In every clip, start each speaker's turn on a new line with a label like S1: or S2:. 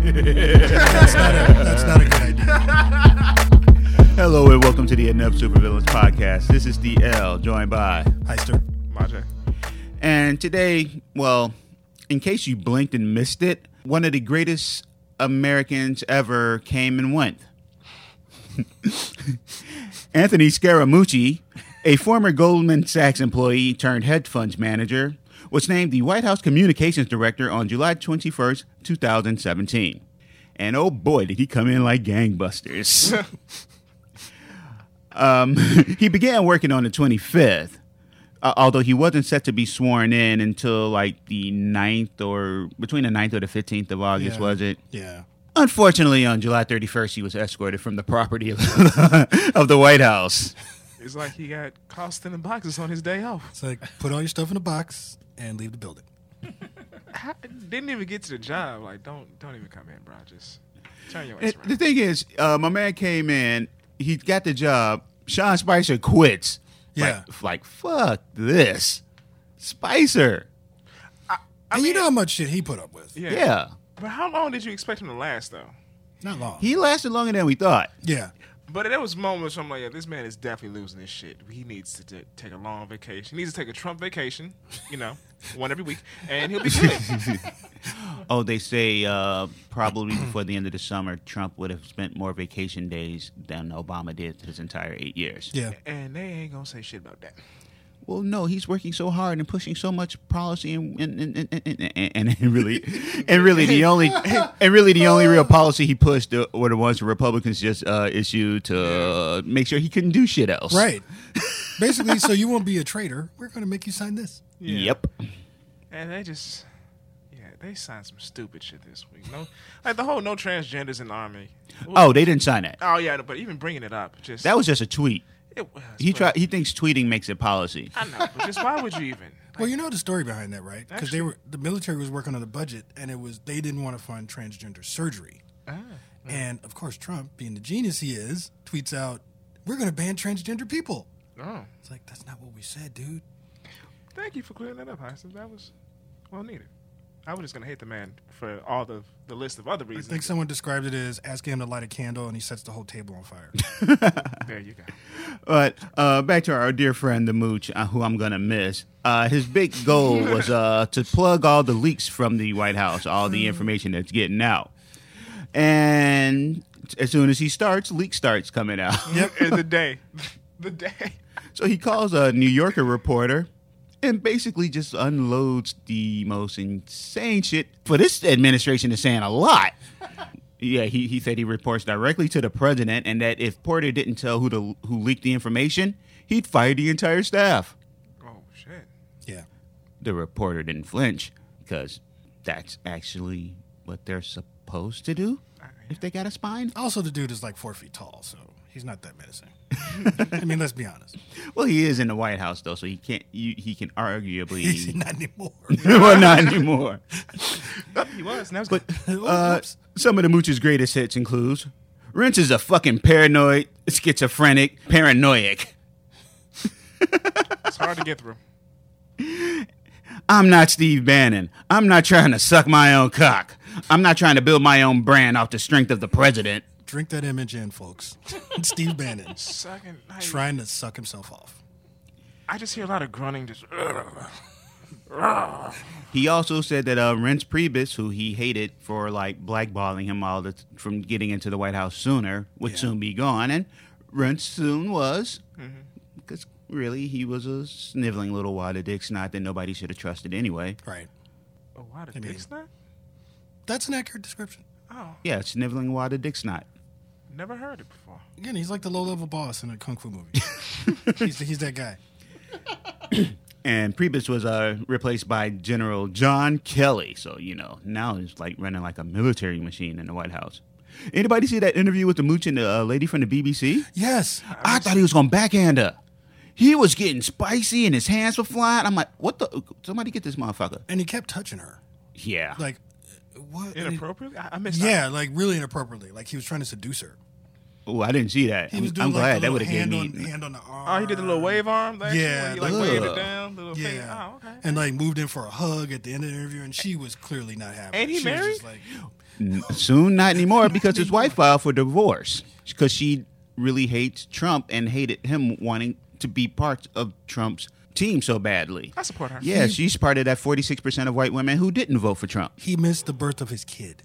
S1: That's not a, that's not a good idea.
S2: Hello and welcome to the Enough Supervillains podcast. This is DL, joined by.
S1: Heister.
S3: Maje.
S2: And today, well, in case you blinked and missed it, one of the greatest Americans ever came and went. Anthony Scaramucci, a former Goldman Sachs employee turned hedge funds manager, was named the White House Communications Director on July 21st, 2017. And oh boy, did he come in like gangbusters. um, he began working on the 25th, uh, although he wasn't set to be sworn in until like the 9th or between the 9th or the 15th of August,
S1: Yeah.
S2: was it?
S1: Yeah.
S2: Unfortunately, on July 31st, he was escorted from the property of, of the White House.
S3: It's like he got caught stealing boxes on his day off.
S1: It's like put all your stuff in a box and leave the building.
S3: How, didn't even get to the job. Like, don't don't even come in, bro. Just turn your ass
S2: And
S3: around.
S2: the thing is, uh, my man came in, he got the job. Sean Spicer quits.
S1: Yeah.
S2: Like, like fuck this. Spicer.
S1: and you know how much shit he put up with.
S3: yeah.
S2: Yeah.
S3: But how long did you expect him to last, though?
S1: Not long.
S2: He lasted longer than we thought.
S1: yeah.
S3: But there was moments where I'm like, yeah, this man is definitely losing his shit. He needs to t- take a long vacation. He needs to take a Trump vacation, you know, one every week, and he'll be good.
S2: Oh, they say uh, probably before the end of the summer, Trump would have spent more vacation days than Obama did his entire eight years.
S1: Yeah.
S3: and they ain't gonna say shit about that.
S2: Well, no, he's working so hard and pushing so much policy, and and and, and, and, and, and really, and really the only and really the only real policy he pushed uh, were the ones the Republicans just uh, issued to uh, make sure he couldn't do shit else.
S1: Right. Basically, so you won't be a traitor. We're going to make you sign this.
S3: Yeah.
S2: Yep.
S3: And they just, yeah, they signed some stupid shit this week. No, like the whole no transgenders in the army.
S2: Oh, they didn't sign that.
S3: Oh yeah, but even bringing it up, just
S2: That was just a tweet.
S3: it was,
S2: He
S3: but-
S2: tried. He thinks tweeting makes it policy.
S3: I know, but just why would you even? Like,
S1: Well, you know the story behind that, right? Because they were the military was working on a budget, and it was they didn't want to fund transgender surgery. And of course, Trump, being the genius he is, tweets out, "We're going to ban transgender people."
S3: oh,
S1: It's like that's not what we said, dude.
S3: thank you for clearing that up, Hyacinth. That was well needed. I was just gonna hate the man for all the the list of other
S1: I
S3: reasons.
S1: think someone described it as asking him to light a candle, and he sets the whole table on fire.
S3: There you go.
S2: But uh, back to our dear friend the Mooch, uh, who I'm gonna miss. Uh, his big goal was uh, to plug all the leaks from the White House, all the information that's getting out. And as soon as he starts, leak starts coming out.
S3: Yep, and the day, the day.
S2: So he calls a New Yorker reporter and basically just unloads the most insane shit. For this administration is saying a lot. Yeah, he, he said he reports directly to the president, and that if Porter didn't tell who the, who leaked the information, he'd fire the entire staff.
S3: Oh shit.
S1: yeah.
S2: The reporter didn't flinch because that's actually what they're supposed to do if they got a spine.
S1: Also, the dude is like four feet tall, so he's not that menacing. I mean, let's be honest.
S2: Well, he is in the White House though, so he can't. You, he can
S1: He's
S2: arguably.
S1: not anymore.
S2: well, not anymore.
S3: He was. Now
S2: But
S1: Oh,
S2: uh,
S1: oops.
S2: some of the Mooch's greatest hits includes Wrench is a fucking paranoid, schizophrenic, paranoiac.
S3: it's hard to get through.
S2: I'm not Steve Bannon. I'm not trying to suck my own cock. I'm not trying to build my own brand off the strength of the president.
S1: Drink that image in, folks. Steve Bannon
S3: Second, like,
S1: trying to suck himself off.
S3: I just hear a lot of grunting. Just Oh,
S2: He also said that uh, Rents Priebus, who he hated for like blackballing him all the from getting into the White House sooner, would soon be gone, and Rents soon was, because really he was a sniveling little wad of dick snot that nobody should have trusted anyway.
S1: Right.
S3: oh, why the
S1: I mean-
S3: dicks not?
S1: That's an accurate description.
S3: Oh,
S2: Yeah, sniveling wad of dick snot.
S3: never heard it before.
S1: Again, he's like the low level boss in a kung fu movie. he's, he's that guy.
S2: And Priebus was uh, replaced by General John Kelly. So, you know, now he's like running like a military machine in the White House. Anybody see that interview with the mooch and the uh, lady from the BBC?
S1: Yes.
S2: I thought he was gonna backhand her. He was getting spicy and his hands were flying. I'm like, what the? Somebody get this motherfucker.
S1: And he kept touching her.
S2: Yeah.
S1: Like, what?
S3: Inappropriately? I, I missed that.
S1: Yeah, like really inappropriately. Like he was trying to seduce her.
S2: oh, I didn't see that.
S1: He
S2: I'm,
S1: was doing
S2: I'm
S1: like
S2: glad
S1: a
S2: that
S1: little
S2: would have
S1: hand on
S2: given me.
S1: hand on the arm.
S3: Oh, he did the little wave arm. Thing?
S1: Yeah,
S3: he like
S1: the-
S3: waved
S2: Ugh.
S3: it down. Little
S1: Yeah.
S3: finger. Oh, okay.
S1: And like moved in for a hug at the end of the interview, and she was clearly not happy.
S3: And he
S1: She was
S3: married?
S1: just like,
S2: Soon, not anymore, because his wife filed for divorce because she really hates Trump and hated him wanting to be part of Trump's team so badly.
S3: I support her.
S2: Yeah, she's part of that 46% of white women who didn't vote for Trump.
S1: he missed the birth of his kid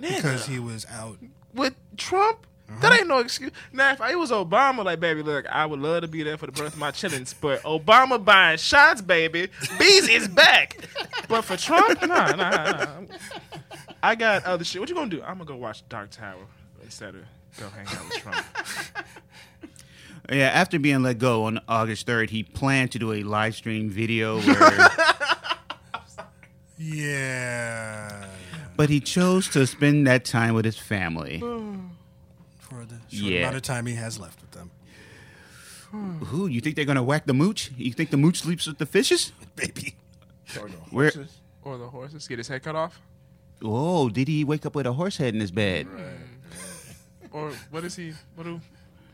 S3: Nigga,
S1: because he was out.
S3: with Trump, that ain't no excuse. Now, if I was Obama, like, baby, look, I would love to be there for the birth of my chillins, but Obama buying shots, baby. Bees is back. But for Trump, nah, nah, nah. I got other shit. What you gonna do? I'm gonna go watch Dark Tower instead of go hang out with Trump.
S2: Yeah, after being let go on August 3rd, he planned to do a live stream video, where,
S1: Yeah.
S2: but he chose to spend that time with his family.
S1: For the short
S2: Yeah.
S1: amount of time he has left with them.
S2: Who, you think they're going to whack the mooch? You think the mooch sleeps with the fishes?
S1: Baby.
S2: Where,
S3: or the horses get his head cut off.
S2: whoa, did he wake up with a horse head in his bed?
S3: Or what is he? What do?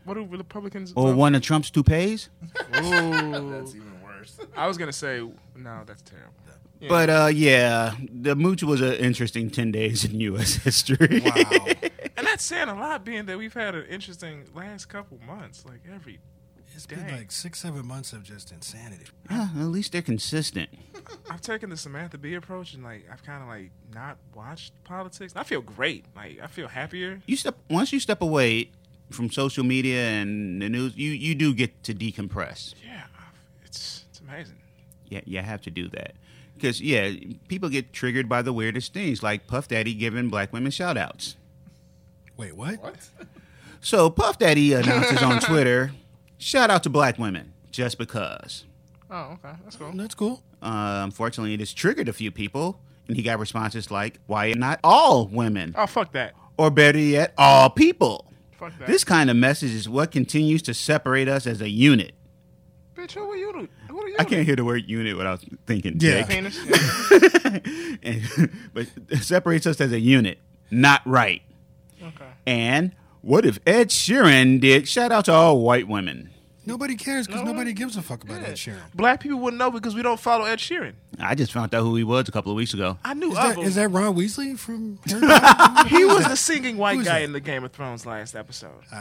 S3: What do Republicans?
S2: Or
S3: love?
S2: one of Trump's toupees?
S3: Ooh.
S4: Even worse.
S3: I was gonna say no. That's terrible.
S2: But uh, yeah, the mooch was an interesting ten days in U.S. history.
S1: Wow.
S3: And that's saying a lot, being that we've had an interesting last couple months. Like every,
S1: It's been
S3: Dang.
S1: like six, seven months of just insanity.
S2: Huh, at least they're consistent.
S3: I've taken the Samantha Bee approach, and like I've kind of like not watched politics. I feel great. Like I feel happier.
S2: You step once you step away from social media and the news, you you do get to decompress.
S3: Yeah, I've- it's it's amazing.
S2: Yeah, you have to do that because yeah, people get triggered by the weirdest things, like Puff Daddy giving black women shout outs.
S1: Wait, what?
S4: What?
S2: So Puff Daddy announces on Twitter, "Shout out to black women, just because."
S3: Oh, okay, that's cool.
S1: That's cool.
S2: Uh, unfortunately, it has triggered a few people, and he got responses like, "Why not all women?"
S3: Oh, fuck that.
S2: or better yet, all people.
S3: Fuck that.
S2: This kind of message is what continues to separate us as a unit.
S3: Bitch, who are you? To, who are you?
S2: I can't hear the word unit without thinking
S1: Yeah.
S2: dick.
S3: Penis. Yeah.
S2: And- but it separates us as a unit, not right.
S3: okay.
S2: And what if Ed Sheeran did? Shout out to all white women.
S1: Nobody cares because nobody gives a fuck about Ed Sheeran.
S3: Black people wouldn't know because we don't follow Ed Sheeran.
S2: I just found out who he was a couple of weeks ago.
S3: I knew
S1: Is
S3: of
S1: that,
S3: him.
S1: is that Ron Weasley from Harry Potter?
S3: he was the singing white
S1: Who's
S3: guy
S1: that?
S3: in the Game of Thrones last episode.
S1: I,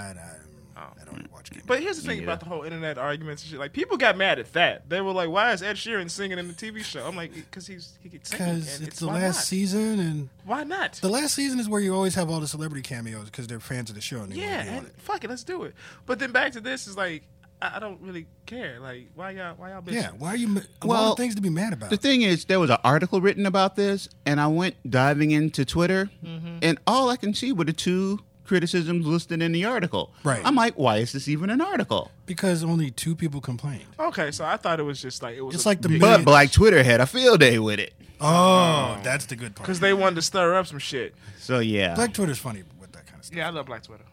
S1: I, I don't watch Game of
S3: Oh. But here's the thing
S2: Yeah.
S3: about the whole internet arguments and shit. Like people got mad at that. They were like, "Why is Ed Sheeran singing in the TV show?" I'm like, "Because he's he gets singing."
S1: Because
S3: and
S1: it's the
S3: why
S1: last
S3: not?
S1: season, and
S3: Why not?
S1: the last season is where you always have all the celebrity cameos because they're fans of the show. And they
S3: yeah,
S1: wanna be on
S3: and
S1: it.
S3: fuck it, let's do it. But then back to this is like, I, I don't really care. Like, why y'all? Why y'all? Bitching?
S1: yeah. Why are you? ma- A lot
S2: Well,
S1: of things to be mad about.
S2: The thing is, there was an article written about this, and I went diving into Twitter,
S1: Mm-hmm.
S2: and all I can see were the two criticisms listed in the article.
S1: Right.
S2: I'm like, why is this even an article?
S1: because only two people complained.
S3: Okay, so I thought it was just like it was.
S1: It's like the
S2: But
S1: million-
S2: Black Twitter had a field day with it.
S1: Oh, that's the good part.
S3: because they wanted to stir up some shit.
S2: So yeah.
S1: Black Twitter's funny with that kind of stuff.
S3: Yeah, I love Black Twitter.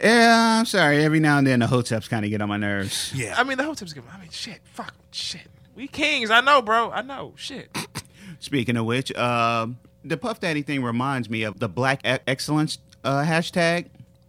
S2: yeah, I'm sorry. Every now and then the hoteps kind of get on my nerves.
S1: Yeah.
S3: I mean, the whole tips giving. I mean, shit, fuck, shit. We kings. I know, bro. I know. Shit.
S2: Speaking of which, um the Puff Daddy thing reminds me of the Black E- Excellence uh, hashtag.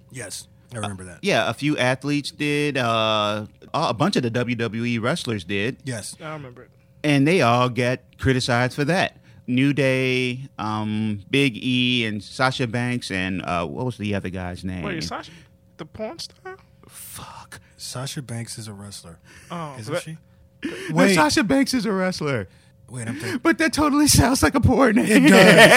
S1: yes, I remember that.
S2: Yeah, a few athletes did. Uh, a bunch of the WWE wrestlers did.
S1: Yes.
S3: I remember it.
S2: and they all get criticized for that. New Day, um, Big E, and Sasha Banks, and uh, what was the other guy's name?
S3: Wait,
S1: Mm-hmm.
S3: Sasha, the porn star?
S2: Fuck.
S1: Sasha Banks is a wrestler.
S3: Oh,
S1: Isn't
S3: but-
S1: she?
S2: Wait.
S1: Wait.
S2: Sasha Banks is a wrestler,
S1: Wait, I'm thinking.
S2: but that totally sounds like a porn name.
S1: It does.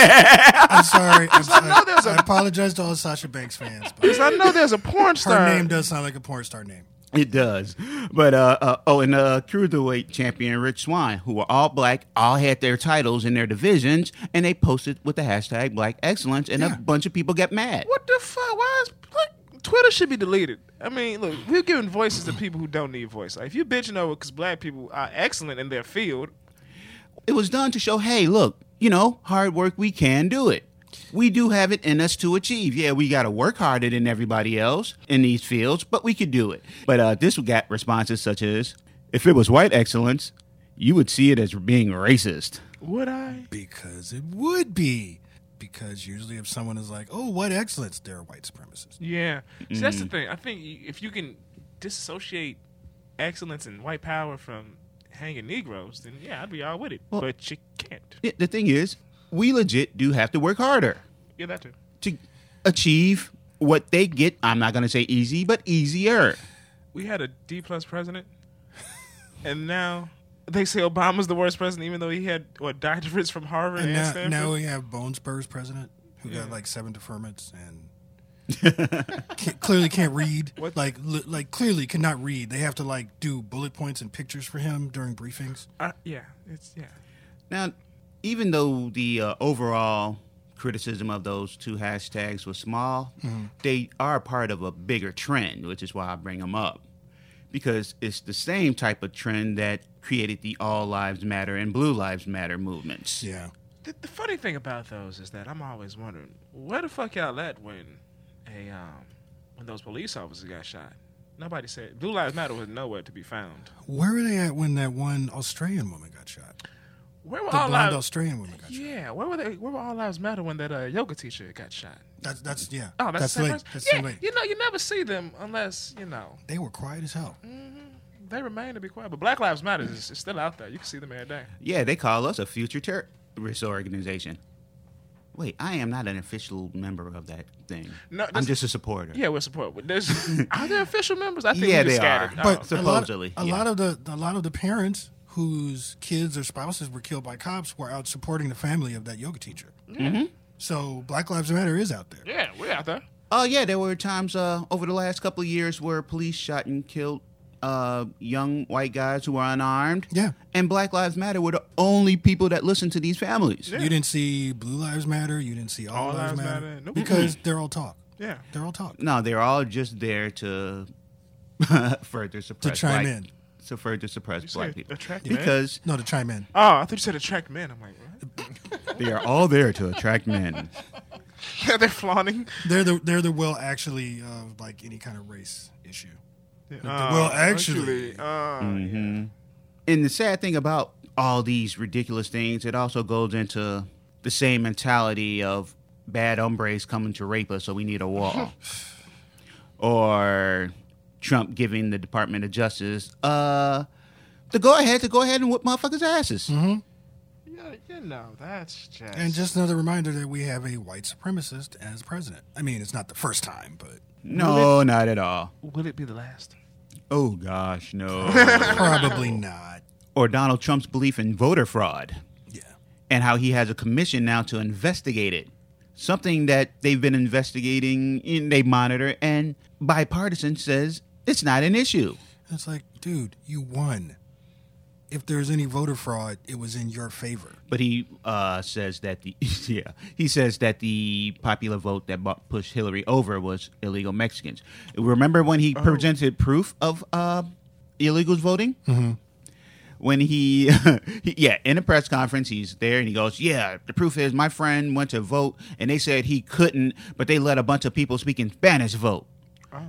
S1: I'm sorry. I'm sorry. i
S3: there's a-
S1: apologize to all Sasha Banks fans, but
S3: 'Cause I know there's a porn star.
S1: her name does sound like a porn star name.
S2: It does. But uh, uh oh, and uh, cruiserweight champion Rich Swan, who were all black, all had their titles in their divisions, and they posted with the hashtag Black Excellence, and
S1: Yeah.
S2: a bunch of people got mad.
S3: What the fuck? Why is like, Twitter should be deleted? I mean, look, we're giving voices to people who don't need voice. Like, if you bitching over because black people are excellent in their field,
S2: It was done to show, hey, look, you know, hard work, we can do it. we do have it in us to achieve. Yeah, we got to work harder than everybody else in these fields, but we could do it. But uh, this got responses such as, if it was white excellence, you would see it as being racist.
S3: Would I?
S1: Because it would be. Because usually, if someone is like, "Oh, what excellence," they're a white supremacist.
S3: Yeah. See, that's the thing. I think y- if you can disassociate excellence and white power from hanging Negroes, then yeah, I'd be all with it.
S2: Well-
S3: but you can't.
S2: Yeah, The thing is, we legit do have to work harder
S3: Yeah, that too.
S2: to achieve what they get. I'm not going to say easy, but easier.
S3: We had a D plus president, and now they say Obama's the worst president, even though he had what doctorates from Harvard and,
S1: And now,
S3: Stanford.
S1: now we have Bone Spurs president who got like seven deferments and can't, clearly can't read.
S3: What?
S1: Like, li- like clearly cannot read. They have to like do bullet points and pictures for him during briefings.
S3: Uh, yeah, it's yeah.
S2: Now, even though the uh, overall criticism of those two hashtags was small, they are part of a bigger trend, which is why I bring them up. Because it's the same type of trend that created the All Lives Matter and Blue Lives Matter movements.
S1: Yeah,
S3: The, the funny thing about those is that I'm always wondering where the fuck y'all at when a um when those police officers got shot. Nobody said Blue Lives Matter was nowhere to be found.
S1: where were they at when that one Australian woman got shot?
S3: Where were
S1: The
S3: all
S1: blonde
S3: lives?
S1: Australian woman got shot.
S3: Yeah, where were they? Where were all lives matter when that uh, yoga teacher got shot?
S1: That's that's yeah.
S3: Oh, that's, the same
S1: late.
S3: person?
S1: That's
S3: yeah,
S1: too late.
S3: you know, you never see them unless you know
S1: They were quiet as hell.
S3: they remain to be quiet. But Black Lives Matter is, is still out there. You can see them every day.
S2: Yeah, they call us a future terrorist organization. Wait, I am not an official member of that thing.
S3: No,
S2: I'm
S3: that's-
S2: just a supporter.
S3: Yeah, we're support. but There's are there official members? I think
S2: Yeah,
S3: we just
S2: they are.
S3: scattered.
S2: But-
S3: Oh.
S1: a lot-
S2: Supposedly,
S1: a
S2: yeah.
S1: lot, of the a lot of the parents whose kids or spouses were killed by cops were out supporting the family of that yoga teacher.
S2: Mm-hmm.
S1: So Black Lives Matter is out there.
S3: yeah, we're out there.
S2: Oh yeah, there were times uh, over the last couple of years where police shot and killed uh, young white guys who were unarmed.
S1: Yeah.
S2: and Black Lives Matter were the only people that listened to these families.
S3: Yeah.
S1: You didn't see Blue Lives Matter. You didn't see All,
S3: All
S1: Lives,
S3: Lives
S1: Matter,
S3: Matter. Nope.
S1: because they're all talk.
S3: Yeah.
S1: They're all talk.
S2: No, they're all just there to further suppress
S1: chime
S2: black,
S1: in.
S2: to further suppress black
S3: said
S2: people
S3: attract men?
S2: because
S1: No, to chime in.
S3: Oh, I thought you said attract men. I'm like, what?
S2: they are all there to attract men.
S3: they're flaunting.
S1: They're the they're the well actually of like any kind of race issue.
S3: Uh,
S1: well, actually-
S3: uh, yeah.
S2: and the sad thing about all these ridiculous things, it also goes into the same mentality of bad hombres coming to rape us, so we need a wall, or Trump giving the Department of Justice uh, the go ahead to go ahead and whip motherfuckers' asses.
S3: Yeah, you know, that's just.
S1: And just another reminder that we have a white supremacist as president. I mean, it's not the first time, but
S2: No, not at all.
S3: will it be the last?
S2: Oh gosh, no.
S1: probably not.
S2: or Donald Trump's belief in voter fraud.
S1: Yeah.
S2: and how he has a commission now to investigate it. Something that they've been investigating, and they monitor, and bipartisan says it's not an issue.
S1: It's like, dude, you won. If there's any voter fraud, it was in your favor.
S2: But he uh, says that the yeah he says that the popular vote that bu- pushed Hillary over was illegal Mexicans. Remember when he presented proof of uh, illegals voting? Mm-hmm. When he, he yeah in a press conference he's there and he goes yeah the proof is my friend went to vote and they said he couldn't but they let a bunch of people speaking Spanish vote.
S3: Oh.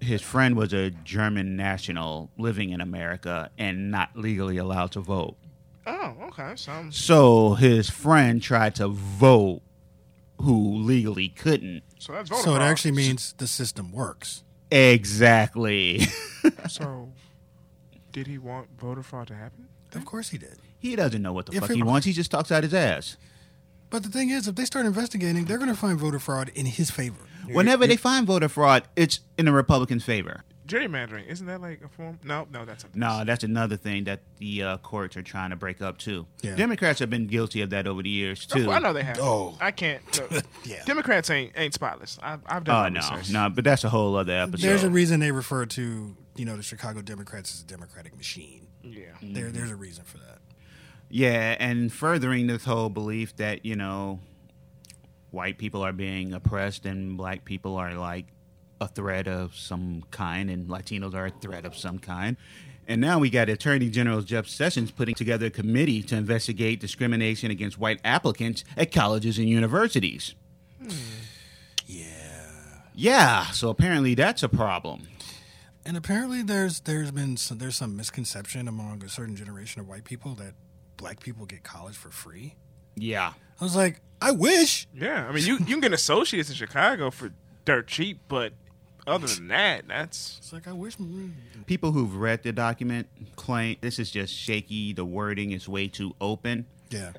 S2: His friend was a German national living in America and not legally allowed to vote.
S3: Oh, okay. Sounds.
S2: So his friend tried to vote who legally couldn't.
S3: So that's voter
S1: so it
S3: fraud.
S1: actually means the system works.
S2: Exactly.
S3: So, did he want voter fraud to happen?
S1: Of course he did.
S2: he doesn't know what the
S1: If
S2: fuck
S1: it-
S2: he wants. He just talks out his ass.
S1: But the thing is, if they start investigating, they're going to find voter fraud in his favor.
S2: Whenever they find voter fraud, it's in the Republicans' favor.
S3: Gerrymandering isn't that like a form? No, no, that's something.
S2: No, that's another thing that the uh, courts are trying to break up too.
S1: Yeah.
S2: Democrats have been guilty of that over the years too.
S3: I know they have.
S1: Oh.
S3: I can't. no.
S1: Yeah.
S3: Democrats ain't ain't spotless. I've, I've
S2: Oh
S3: done.
S2: no,
S3: my research.
S2: no, but that's a whole other episode.
S1: There's a reason they refer to, you know, the Chicago Democrats as a democratic machine.
S3: Yeah.
S1: There, there's a reason for that.
S2: Yeah, and furthering this whole belief that, you know, white people are being oppressed and black people are like a threat of some kind and Latinos are a threat of some kind. And now we got Attorney General Jeff Sessions putting together a committee to investigate discrimination against white applicants at colleges and universities.
S1: Yeah.
S2: Yeah, so apparently that's a problem.
S1: And apparently, there's there's been some, there's some misconception among a certain generation of white people that black people get college for free.
S2: Yeah.
S1: I was like, I wish.
S3: Yeah, I mean, you, you can get associates in Chicago for dirt cheap, but other than that, that's
S1: It's like I wish. mm,
S2: People who've read the document claim this is just shaky, the wording is way too open.
S1: Yeah.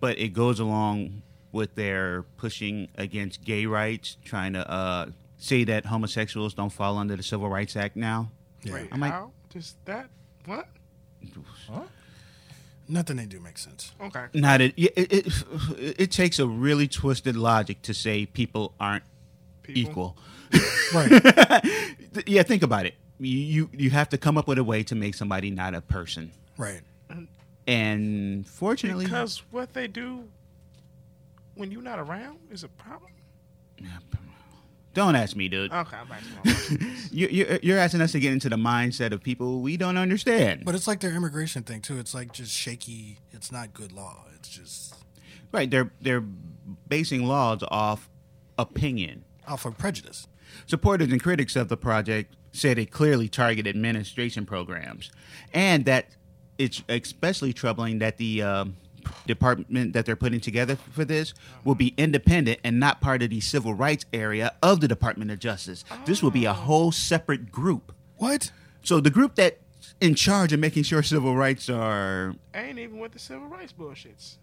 S2: but it goes along with their pushing against gay rights, trying to uh, say that homosexuals don't fall under the Civil Rights Act now.
S1: Yeah.
S3: wait.
S2: I might-
S3: How does that? What?
S1: Nothing they do makes sense.
S3: Okay.
S2: Not it, it, it, it takes a really twisted logic to say people aren't
S3: People.
S2: equal.
S1: Right.
S2: Th- yeah, think about it. You, you you have to come up with a way to make somebody not a person.
S1: right.
S2: And fortunately,
S3: Because what they do when you're not around is a problem.
S2: don't ask me, dude.
S3: Okay, I'm back.
S2: you, you're, you're asking us to get into the mindset of people we don't understand.
S1: But it's like their immigration thing too. It's like just shaky. It's not good law. It's just
S2: Right. They're they're basing laws off opinion.
S1: off of prejudice.
S2: Supporters and critics of the project said it clearly targeted administration programs, and that it's especially troubling that the um, department that they're putting together for this will be independent and not part of the civil rights area of the Department of Justice. This will be a whole separate group.
S1: What?
S2: So the group that's in charge of making sure civil rights are
S3: ain't even with the civil rights bullshits.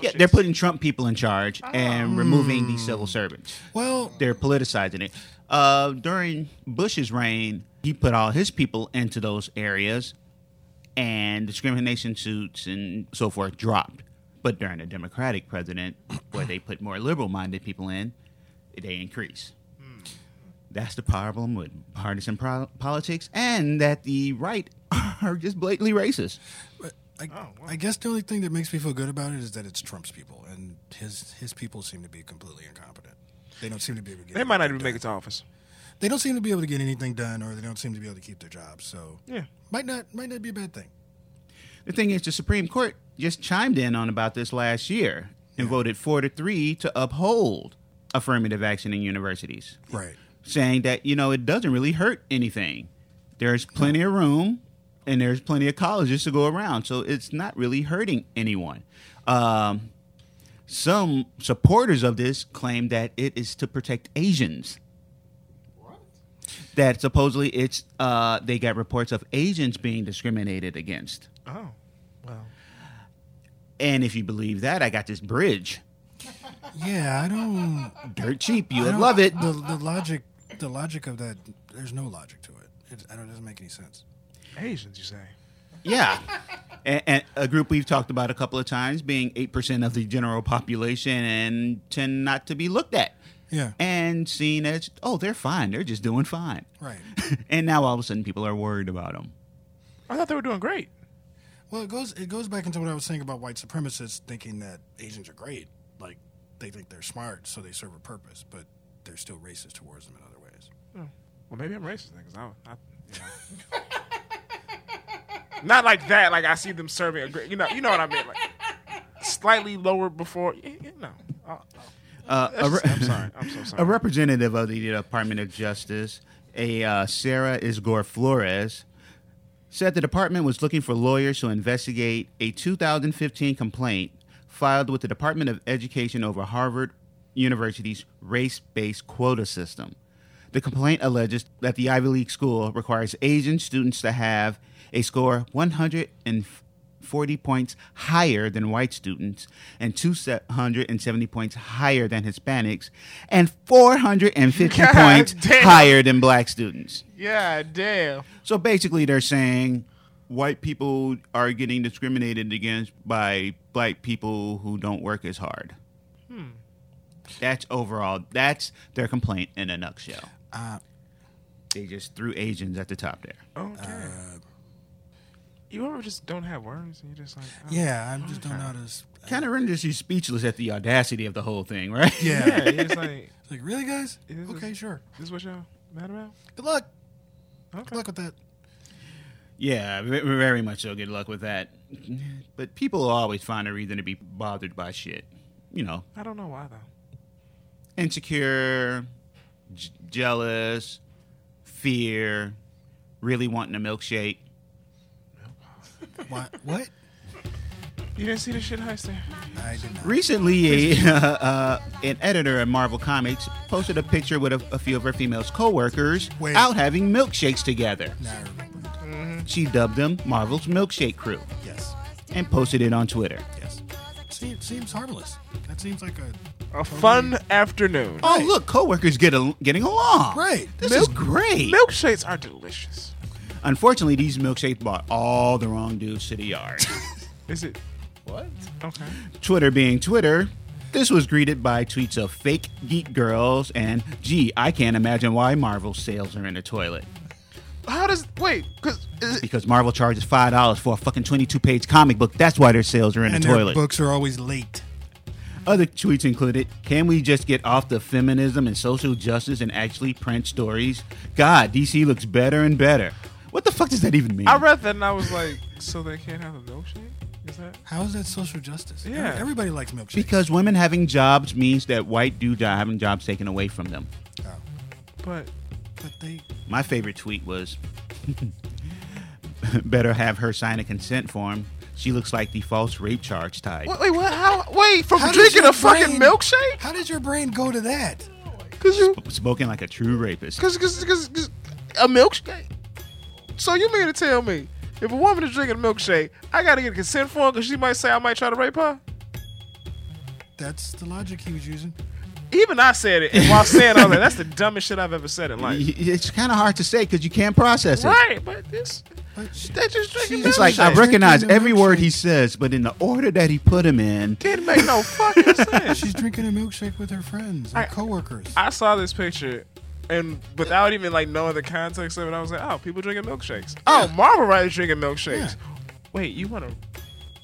S2: yeah, they're putting Trump people in charge and removing the civil servants.
S1: Well,
S2: they're politicizing it. Uh, during Bush's reign, he put all his people into those areas, and discrimination suits and so forth dropped. But during a Democratic president, where they put more liberal-minded people in, they increase. That's the problem with partisan pro- politics, and that the right are just blatantly racist.
S1: uh, I,
S3: Oh,
S1: I guess the only thing that makes me feel good about it is that it's Trump's people, and his his people seem to be completely incompetent. They don't seem to be able to get.
S3: They might not
S1: anything done.
S3: even make it to office.
S1: They don't seem to be able to get anything done, or they don't seem to be able to keep their jobs. So
S3: Yeah.
S1: might not might not be a bad thing.
S2: The thing is, the Supreme Court just chimed in on about this last year and voted four to three to uphold affirmative action in universities,
S1: Right.
S2: saying that you know it doesn't really hurt anything. There's plenty of room, and there's plenty of colleges to go around, so it's not really hurting anyone. Um, some supporters of this claim that it is to protect Asians that supposedly it's uh, they got reports of Asians being discriminated against.
S3: Oh, well.
S2: And if you believe that, I got this bridge.
S1: Yeah, I don't.
S2: Dirt cheap. You
S1: I
S2: would
S1: don't-
S2: love it.
S1: The, the logic the logic of that. There's no logic to it. It, I don't, it doesn't make any sense.
S3: Asians, you say?
S2: Yeah. And, and a group we've talked about a couple of times being 8% of the general population and tend not to be looked at.
S1: Yeah.
S2: And seen as, oh, they're fine. They're just doing fine.
S1: Right.
S2: and now all of a sudden people are worried about them.
S3: I thought they were doing great.
S1: Well, it goes it goes back into what I was saying about white supremacists thinking that Asians are great, like they think they're smart, so they serve a purpose, but they're still racist towards them in other ways.
S3: Well, maybe I'm racist because I, I you know. not like that. Like I see them serving a great, you know, you know what I mean. Like slightly lower before, you you know. Uh,
S2: Uh, a re-
S3: I'm sorry. I'm so sorry.
S2: A representative of the Department of Justice, a uh, Sarah Isgor Flores, said the department was looking for lawyers to investigate a 2015 complaint filed with the Department of Education over Harvard University's race-based quota system. The complaint alleges that the Ivy League school requires Asian students to have a score 140 points higher than white students and 270 points higher than Hispanics and 450
S3: God
S2: points
S3: damn.
S2: higher than black students.
S3: yeah, damn.
S2: So basically, they're saying white people are getting discriminated against by black people who don't work as hard. That's overall. That's their complaint in a nutshell.
S1: Uh,
S2: They just threw Asians at the top there.
S3: Okay.
S1: uh,
S3: you ever just don't have words and you just like oh.
S1: yeah, I just don't know how to. s-
S2: Kind of renders you speechless at the audacity of the whole thing, right?
S1: Yeah,
S3: Yeah, you're just like
S1: It's like really, guys?
S3: It is a-
S1: Okay, sure.
S3: this. What y'all mad about?
S1: Good luck.
S3: Okay.
S1: Good luck with that.
S2: Yeah, ve- very much so. Good luck with that. But people always find a reason to be bothered by shit. You know,
S3: I don't know why though.
S2: insecure, j- jealous, fear, really wanting a milkshake.
S1: Why, what?
S3: You didn't see the shit Heister?
S1: I did not.
S2: Recently, a, uh, uh, an editor at Marvel Comics posted a picture with a, a few of her female coworkers
S1: Wait.
S2: out having milkshakes together.
S1: Now I remember.
S2: She dubbed them Marvel's Milkshake Crew
S1: Yes.
S2: and posted it on Twitter.
S1: Yes. Seems, seems harmless. That seems like a.
S3: A fun afternoon.
S2: Oh,
S1: Right.
S2: look, coworkers get al- getting along.
S1: Right.
S2: This is
S1: Milk-
S2: great.
S3: Milkshakes are delicious.
S2: Unfortunately, these milkshakes brought all the wrong dudes to the yard.
S3: Is it
S4: What?
S3: okay?
S2: Twitter being Twitter, this was greeted by tweets of fake geek girls and, gee, I can't imagine why Marvel sales are in the toilet.
S3: How does wait? Cause is it,
S2: Because Marvel charges $5 for a fucking 22 page comic book. That's why their sales are in
S1: And
S2: the
S1: their
S2: toilet.
S1: books are always late.
S2: Other tweets included Can we just get off the feminism and social justice and actually print stories? God, DC looks better and better. What the fuck does that even mean?
S3: I read that and I was like, so they can't have a milkshake? Is that
S1: How is that social justice?
S3: Yeah.
S1: Everybody likes milkshakes.
S2: Because women having jobs means that white dudes are having jobs taken away from them.
S1: Oh,
S3: but
S1: but they.
S2: My favorite tweet was better have her sign a consent form. She looks like the false rape charge type.
S3: wait, wait what? How? Wait, from
S1: How did
S3: drinking
S1: your
S3: a fucking
S1: brain-
S3: milkshake?
S1: How did your brain go to that?
S3: Cause you,
S2: Spoken like a true rapist.
S3: cause, cause, cause, 'cause a milkshake. So you mean to tell me if a woman is drinking a milkshake, I gotta get a consent form because she might say I might try to rape her?
S1: That's the logic he was using.
S3: Even I said it, and while saying all that, that's the dumbest shit I've ever said in
S2: Y-
S3: life.
S2: y- It's kind of hard to say because you can't process it.
S3: Right, but this,
S1: But she-
S3: they just drinking
S1: She's
S2: It's
S3: milkshake.
S2: like I
S1: Milkshake.
S2: recognize
S1: Drinking a
S2: every word he
S1: milkshake.
S2: says, but in the order that he put him in,
S3: didn't make no fucking sense.
S1: she's drinking a milkshake with her friends and
S3: I-
S1: coworkers.
S3: I saw this picture, and without even like knowing the context of it, I was like, "Oh, people drinking milkshakes. Oh, Marvel writers drinking milkshakes. Wait, you want to?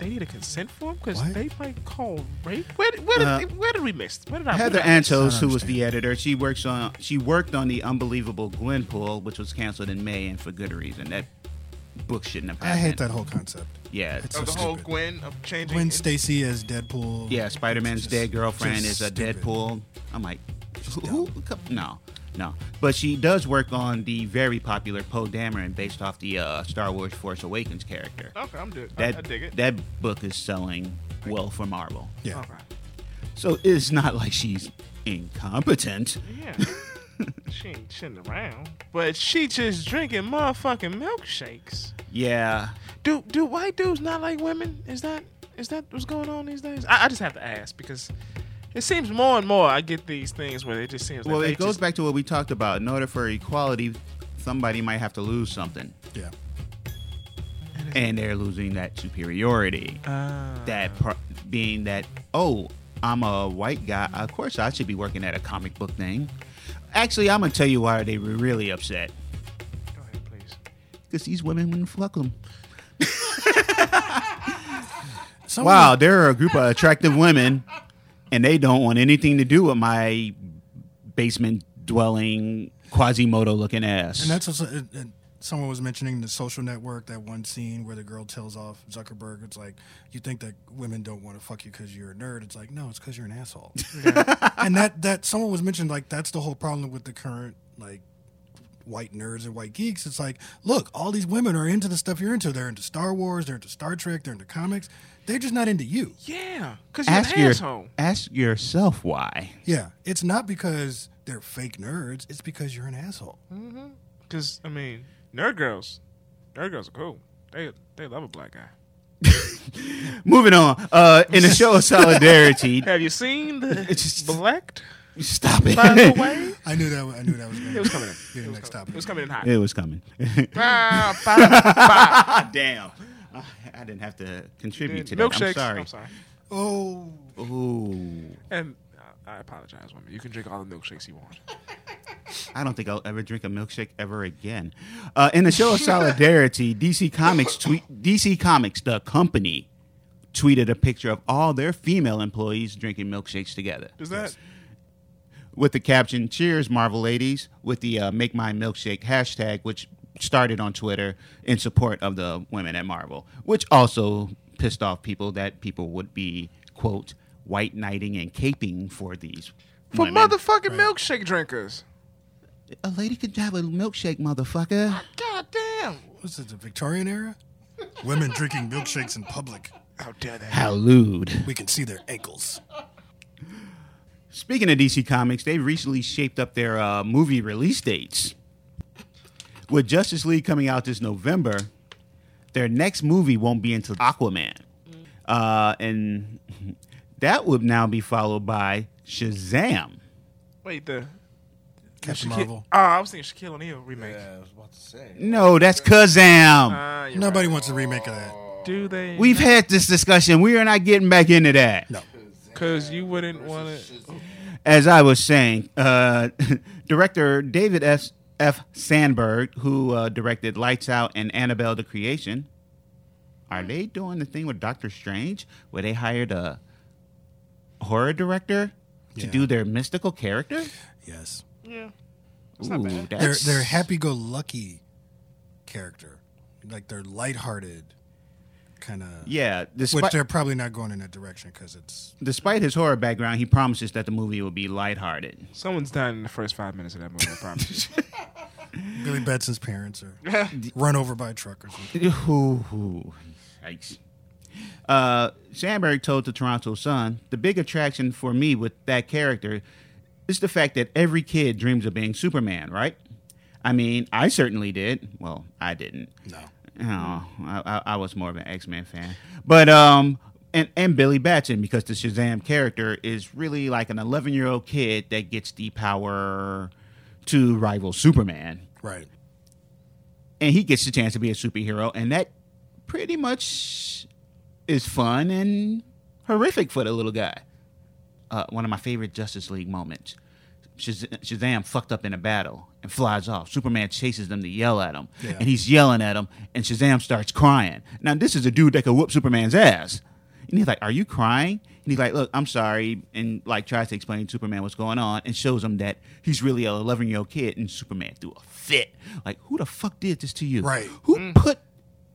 S3: They need a consent form because
S1: What?
S3: they might call rape. Where, where, did,
S2: Uh,
S3: where did we miss? Where did I?
S2: Heather
S3: where did I-
S2: Antos, who was the editor, she works on she worked on the unbelievable Gwenpool, which was canceled in May and for good reason. That book shouldn't have
S1: I
S2: happened.
S1: hate that whole concept.
S2: Yeah.
S1: It's
S3: of
S1: so
S3: the whole
S1: stupid.
S3: Gwen of changing.
S1: Gwen
S3: in-
S1: Stacy as Deadpool.
S2: Yeah, Spider Man's
S1: Just-
S2: dead girlfriend
S1: just
S2: is a
S1: stupid.
S2: Deadpool. I'm like, who? who- co- No, no. But she does work on the very popular Poe Dameron based off the uh, Star Wars Force Awakens character.
S3: okay, I'm good. Oh, I, I
S2: That,
S3: dig it.
S2: that book is selling well for Marvel.
S1: Yeah.
S3: All right.
S2: So it's not like she's incompetent.
S3: Yeah. she ain't chitting around, but she just drinking motherfucking milkshakes.
S2: Yeah.
S3: Do do white dudes not like women? Is that is that what's going on these days? I, I just have to ask because it seems more and more I get these things where it just seems like
S2: Well,
S3: they
S2: it goes
S3: just-
S2: back to what we talked about. In order for equality, somebody might have to lose something,
S1: Yeah.
S2: and they're losing that superiority.
S3: Ah.
S2: that par- being that, oh, I'm a white guy. Of course, I should be working at a comic book thing. Actually, I'm gonna tell you why they were really upset.
S3: Go ahead, please.
S2: Because these women wouldn't fuck them.
S3: Oh.
S1: Someone-
S2: Wow, there are a group of attractive women, and they don't want anything to do with my basement dwelling Quasimodo looking ass.
S1: And that's also, it, it, someone was mentioning the social network, that one scene where the girl tells off Zuckerberg, it's like, you think that women don't want to fuck you because you're a nerd. It's like, no, it's because you're an asshole. and that, that, someone was mentioned, like, that's the whole problem with the current, like, white nerds and white geeks. It's like, look, all these women are into the stuff you're into. They're into Star Wars, they're into Star Trek, they're into comics. They're just not into you.
S3: Yeah, because you're
S2: ask
S3: an
S2: your
S3: asshole.
S2: ask yourself why.
S1: Yeah. It's not because they're fake nerds, it's because you're an asshole.
S3: Because I mean, nerd girls, nerd girls are cool. They they love a black guy.
S2: Moving on. Uh, in a show of solidarity,
S3: Have you seen the
S2: It's just-
S3: Blacked
S2: stop it.
S3: by the way?
S1: I knew that. I knew that was going
S3: It was coming in.
S1: be the
S3: It was
S1: next
S3: coming-
S1: topic.
S3: It was coming in hot. Ah,
S2: it was coming.
S3: Bah, bah, bah.
S2: Ah, damn. I, I didn't have to contribute to that.
S3: Milkshakes.
S2: I'm sorry.
S3: I'm sorry.
S1: Oh.
S2: Ooh,
S3: And uh, I I apologize, women. You can drink all the milkshakes you want.
S2: I don't think I'll ever drink a milkshake ever again. Uh, in the show of solidarity, DC Comics tweet DC Comics the company tweeted a picture of all their female employees drinking milkshakes together
S3: Is that?
S2: with the caption "Cheers, Marvel ladies" with the uh, "Make My Milkshake" hashtag, which started on Twitter in support of the women at Marvel, which also pissed off people that people would be quote white knighting and caping for these
S3: For
S2: women.
S3: motherfucking milkshake drinkers.
S2: a lady could have a milkshake, motherfucker.
S3: God damn.
S1: What's this, the Victorian era? Women drinking milkshakes in public.
S3: How dare they?
S2: How lewd.
S1: We can see their ankles.
S2: Speaking of DC Comics, they recently shaped up their uh, movie release dates. With Justice League coming out this November, their next movie won't be until Aquaman. Uh, and that would now be followed by Shazam.
S3: Wait the
S1: Captain
S3: Shaki-
S1: Marvel.
S3: Oh, I was thinking Shaquille O'Neal remake.
S4: Yeah, I was about to say.
S2: No, that's Kazam.
S3: Ah, you're
S1: Nobody wants a remake of that.
S3: right. Do they?
S2: We've had this discussion. We are not getting back into that.
S1: No.
S3: Because you wouldn't want to.
S2: as I was saying, uh, director David S. F. Sandberg, who uh, directed Lights Out and Annabelle the Creation, are they doing the thing with Doctor Strange where they hired a horror director to
S1: Yeah.
S2: do their mystical character?
S1: Yes.
S2: Ooh,
S1: They're,
S2: that's-
S1: they're happy go lucky character. Like they're lighthearted kind of.
S2: Yeah,
S1: Which
S2: despite,
S1: they're probably not going in that direction because it's.
S2: despite his horror background, he promises that the movie will be lighthearted.
S3: Someone's dying in the first five minutes of that movie, I promise you.
S1: Billy Betson's parents are run over by a truck or something.
S2: Ooh, yikes. Uh, Sandberg told the Toronto Sun, "The big attraction for me with that character is the fact that every kid dreams of being Superman, right? I mean, I certainly did. Well, I didn't.
S1: No.
S2: Oh, I, I, I was more of an X Men fan, but um." And, and Billy Batson, because the Shazam character is really like an 11 year old kid that gets the power to rival Superman
S1: Right.
S2: and he gets the chance to be a superhero, and that pretty much is fun and horrific for the little guy. Uh, one of my favorite Justice League moments. Shaz- Shazam fucked up in a battle and flies off. Superman chases them to yell at him,
S1: Yeah.
S2: and he's yelling at him, and Shazam starts crying. Now this is a dude that could whoop Superman's ass, and he's like, "Are you crying?" And he's like, "Look, I'm sorry," and like tries to explain to Superman what's going on, and shows him that he's really a 11 year old kid, and Superman threw a fit. Like, who the fuck did this to you?
S1: Right.
S2: Who put?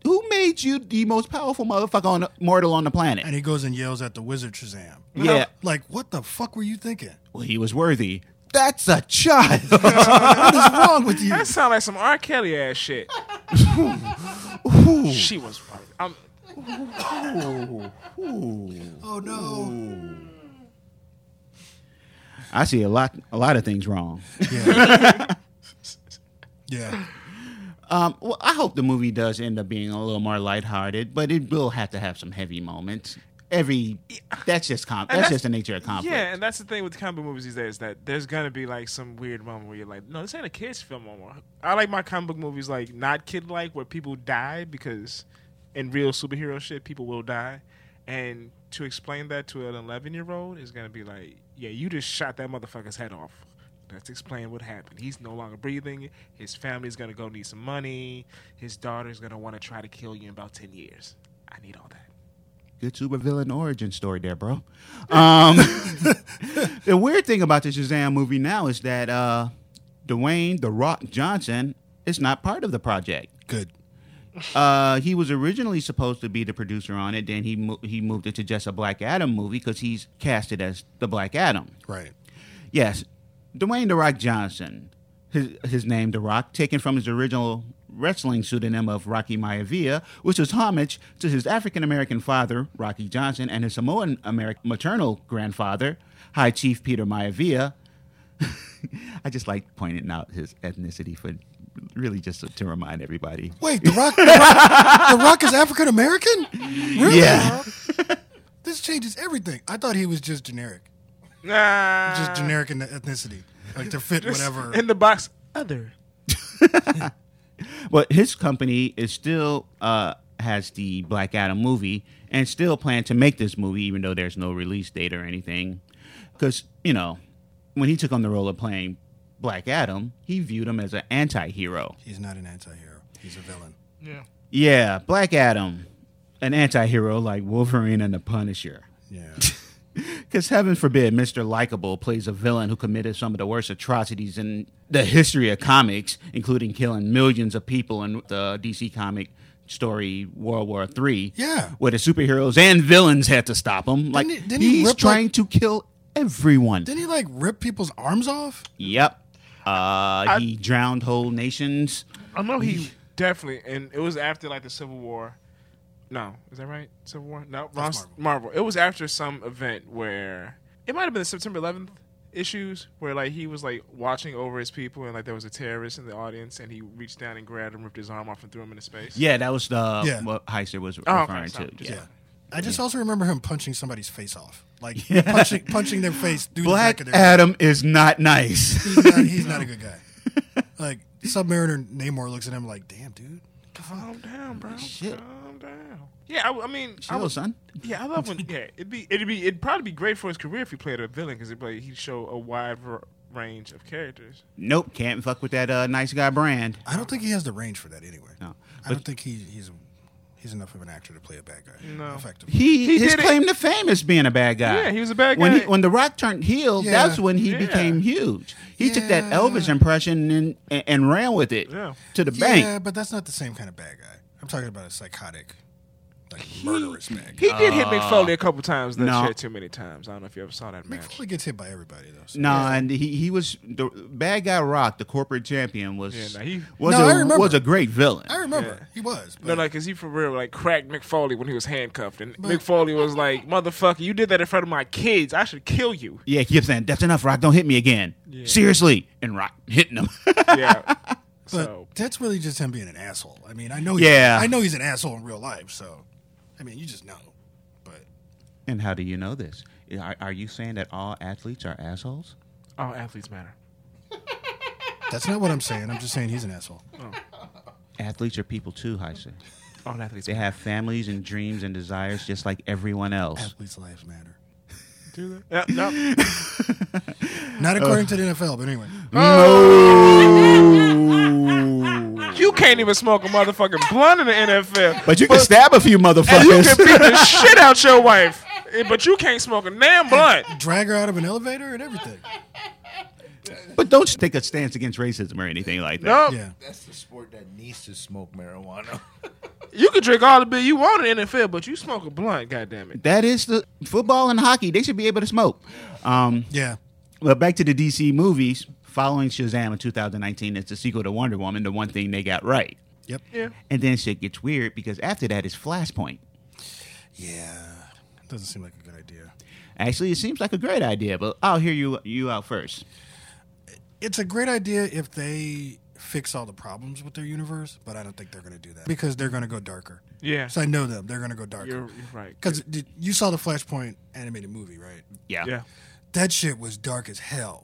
S2: Who made you the most powerful motherfucker on the, mortal on the planet?
S1: And he goes and yells at the wizard Shazam.
S2: Yeah.
S1: Like, what the fuck were you thinking?
S2: Well, he was worthy. That's a child.
S1: What's wrong with you?
S3: That sounds like some R. Kelly ass shit. she was right. I'm,
S1: Oh, no.
S2: I see a lot, a lot of things wrong.
S1: Yeah. yeah.
S2: Um, well, I hope the movie does end up being a little more lighthearted, but it will have to have some heavy moments. Every that's just com- that's,
S3: that's-
S2: just the nature of conflict.
S3: yeah, and that's the thing with comic book movies these days that there's gonna be like some weird moment where you're like, no, this ain't a kids film no more. I like my comic book movies like not kid like where people die because in real superhero shit people will die, and to explain that to an 11 year old is gonna be like, yeah, you just shot that motherfucker's head off. Let's explain what happened. He's no longer breathing. His family's gonna go need some money. His daughter's gonna want to try to kill you in about 10 years. I need all that.
S2: good supervillain origin story there, bro. Um, the weird thing about the Shazam movie now is that uh, Dwayne the Rock Johnson is not part of the project.
S1: Good.
S2: Uh, he was originally supposed to be the producer on it. Then he mo- he moved it to just a Black Adam movie because he's casted as the Black Adam.
S1: Right.
S2: Yes, Dwayne the Rock Johnson, his his name the Rock, taken from his original wrestling pseudonym of Rocky Maivia, which was homage to his African American father Rocky Johnson and his Samoan American maternal grandfather High Chief Peter Maivia. I just like pointing out his ethnicity for really just to remind everybody.
S1: Wait, The Rock, the Rock, The Rock is African American? Really?
S2: Yeah.
S1: This changes everything. I thought he was just generic,
S3: Nah.
S1: just generic in the ethnicity, like to fit whatever.
S3: In the box, other.
S2: But his company is still uh, has the Black Adam movie and still plan to make this movie, even though there's no release date or anything. Because you know, when he took on the role of playing Black Adam, he viewed him as an anti-hero.
S1: He's not an anti-hero. He's a villain.
S3: Yeah.
S2: Yeah, Black Adam, an anti-hero like Wolverine and the Punisher.
S1: Yeah.
S2: Because heaven forbid Mr. Likeable plays a villain who committed some of the worst atrocities in the history of comics, including killing millions of people in the DC comic story World War III.
S1: Yeah.
S2: Where the superheroes and villains had to stop him. Like,
S1: he- didn't he
S2: he's
S1: rip,
S2: trying
S1: like-
S2: to kill everyone.
S1: Didn't he like rip people's arms off?
S2: Yep. Uh, he drowned whole nations.
S3: I know he definitely, and it was after like the Civil War. No, is that right? Civil War? No, wrong.
S1: Marvel.
S3: Marvel. It was after some event where it might have been the September 11th issues, where like he was like watching over his people, and like there was a terrorist in the audience, and he reached down and grabbed him, ripped his arm off, and threw him into space.
S2: Yeah, that was the
S1: Yeah.
S2: what Heiser was
S3: Oh, okay,
S2: referring
S3: sorry.
S2: to.
S3: Just-
S2: Yeah.
S1: Yeah. I just also remember him punching somebody's face off, like punching, punching their face through
S2: Black
S1: the back of their.
S2: Adam is not nice.
S1: He's, not, he's not a good guy. Like Submariner Namor looks at him like, "Damn, dude."
S3: Calm down, bro.
S2: Shit.
S3: Calm down. Yeah, I, I mean, I
S2: Chill,
S3: was.
S2: son.
S3: Yeah, I love when. Yeah, it'd be it'd be it'd probably be great for his career if he played a villain because he'd play he'd show a wide r- range of characters.
S2: Nope, can't fuck with that uh, nice guy brand.
S1: I don't think he has the range for that anyway.
S2: No.
S1: I don't think he, he's he's enough of an actor to play a bad guy.
S3: No.
S1: effectively.
S2: He,
S3: He
S2: his
S3: did it-
S2: claim to fame is being a bad guy.
S3: Yeah, he was a bad
S2: When
S3: guy.
S2: he, when The Rock turned heel,
S1: Yeah.
S2: that's when he
S3: Yeah.
S2: became huge. He took that
S1: Yeah.
S2: Elvis impression and and, and ran with it
S3: Yeah.
S2: to the
S1: Yeah,
S2: bank.
S1: but that's not the same kind of bad guy. I'm talking about a psychotic, like murderous bad guy.
S3: He did hit McFoley a couple times. That
S2: no.
S3: shit too many times. I don't know if you ever saw that match.
S1: McFoley gets hit by everybody though. so-
S2: No, and he, he was the bad guy. Rock, the corporate champion, was
S3: Yeah, nah, he-
S2: was
S1: No, I
S2: a,
S1: remember.
S2: was a great villain.
S1: I remember he was. But
S3: No, like, is he for real? Like, cracked McFoley when he was handcuffed, and McFoley was like, "Motherfucker, you did that in front of my kids. I should kill you."
S2: Yeah, he kept saying, "That's enough, Rock. Don't hit me again." Seriously, and Rock hitting him.
S3: Yeah.
S1: But
S3: so
S1: that's really just him being an asshole. I mean, I know.
S2: Yeah.
S1: I know he's an asshole in real life. So, I mean, you just know. But
S2: and how do you know this? Are, are you saying that all athletes are assholes?
S3: all athletes matter.
S1: that's not what I'm saying. I'm just saying he's an asshole.
S2: Athletes are people too, Heiser.
S3: All athletes
S2: They have families and dreams and desires just like everyone else.
S1: Athletes' lives matter.
S3: do that. No, no.
S1: Not according to the NFL, but anyway.
S3: You can't even smoke a motherfucking blunt in the NFL.
S2: But you can stab a few
S3: and you can
S2: motherfuckers.
S3: beat the shit out your wife, eh, but you can't smoke a damn blunt.
S1: Drag her out of an elevator and everything.
S2: but don't you take a stance against racism or anything like that.
S3: No,
S1: Yeah.
S4: That's the sport that needs to smoke marijuana.
S3: you can drink all the beer you want in the NFL, but you smoke a blunt. Goddamn it.
S2: That is the football and hockey. They should be able to smoke. Um,
S1: Yeah.
S2: But back to the DC movies. Following Shazam in 2019, it's the sequel to Wonder Woman, the one thing they got right.
S1: Yep.
S3: Yeah.
S2: And then shit gets weird because after that is Flashpoint.
S1: Yeah. Doesn't seem like a good idea.
S2: Actually, it seems like a great idea, but I'll hear you you out first.
S1: It's a great idea if they fix all the problems with their universe, but I don't think they're going to do that because they're going to go darker.
S3: Yeah.
S1: So I know them. They're going to go
S3: You're, you're
S1: darker.
S3: right.
S1: Because you saw the Flashpoint animated movie, right?
S2: Yeah.
S3: Yeah.
S1: That shit was dark as hell.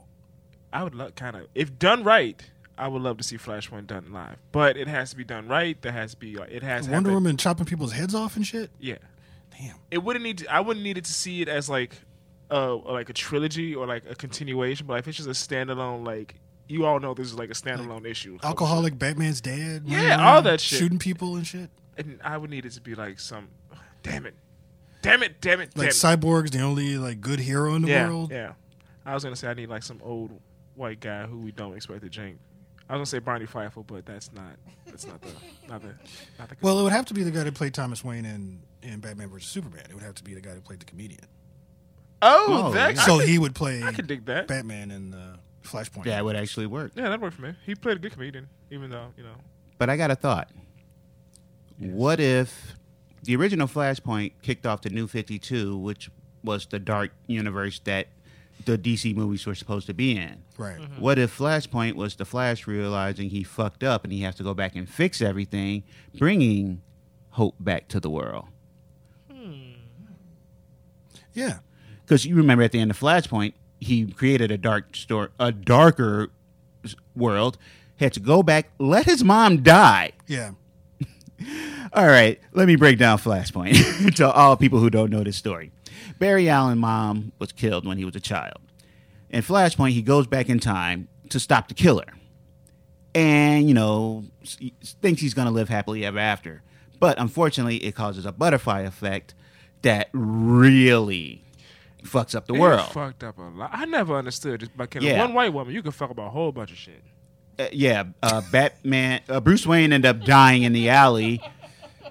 S3: I would love kind of if done right. I would love to see Flashpoint done live, but it has to be done right. There has to be like, it has to
S1: Wonder
S3: have that-
S1: Woman chopping people's heads off and shit.
S3: Yeah,
S1: Damn.
S3: it wouldn't need. To, I wouldn't need it to see it as like, uh, like a trilogy or like a continuation. But if it's just a standalone, like you all know, this is like a standalone issue.
S1: Alcoholic Batman's dad.
S3: Yeah,
S1: running around
S3: all that shit.
S1: Shooting people and shit.
S3: and I would need it to be like some. Damn it, damn it, damn it, damn
S1: Like
S3: it.
S1: Cyborg's the only like good hero in the
S3: yeah,
S1: world.
S3: yeah. I was gonna say I need like some old white guy who we don't expect to drink. I was gonna say Barney Fife, but that's not. That's not the. Not the. Not the.
S1: Well, it would have to be the guy that played Thomas Wayne in, in Batman vs Superman. It would have to be the guy that played the comedian.
S3: oh,
S2: Oh,
S3: that.
S2: yeah.
S3: I
S1: so
S3: could-
S1: he would play
S3: I could dig that.
S1: Batman in the Flashpoint.
S2: That would actually work.
S3: Yeah, that worked for me. He played a good comedian, even though you know.
S2: But I got a thought. What if the original Flashpoint kicked off the new 52, which was the dark universe that the DC movies were supposed to be in?
S1: Right.
S3: Mm-hmm.
S2: What if Flashpoint was the Flash realizing he fucked up and he has to go back and fix everything, bringing hope back to the world?
S1: Yeah.
S2: Because you remember at the end of Flashpoint, he created a dark store, a darker s- world. Had to go back, let his mom die.
S1: Yeah.
S2: All right, let me break down Flashpoint to all people who don't know this story. Barry Allen's mom was killed when he was a child. In Flashpoint, he goes back in time to stop the killer. And, you know, s- he thinks he's going to live happily ever after. But unfortunately, it causes a butterfly effect that really fucks up the
S3: It
S2: world.
S3: fucked up a lot. I never understood this. But can
S2: Yeah.
S3: one white woman, you can fuck up a whole bunch of shit.
S2: Uh, yeah, uh, Batman. Uh, Bruce Wayne ended up dying in the alley.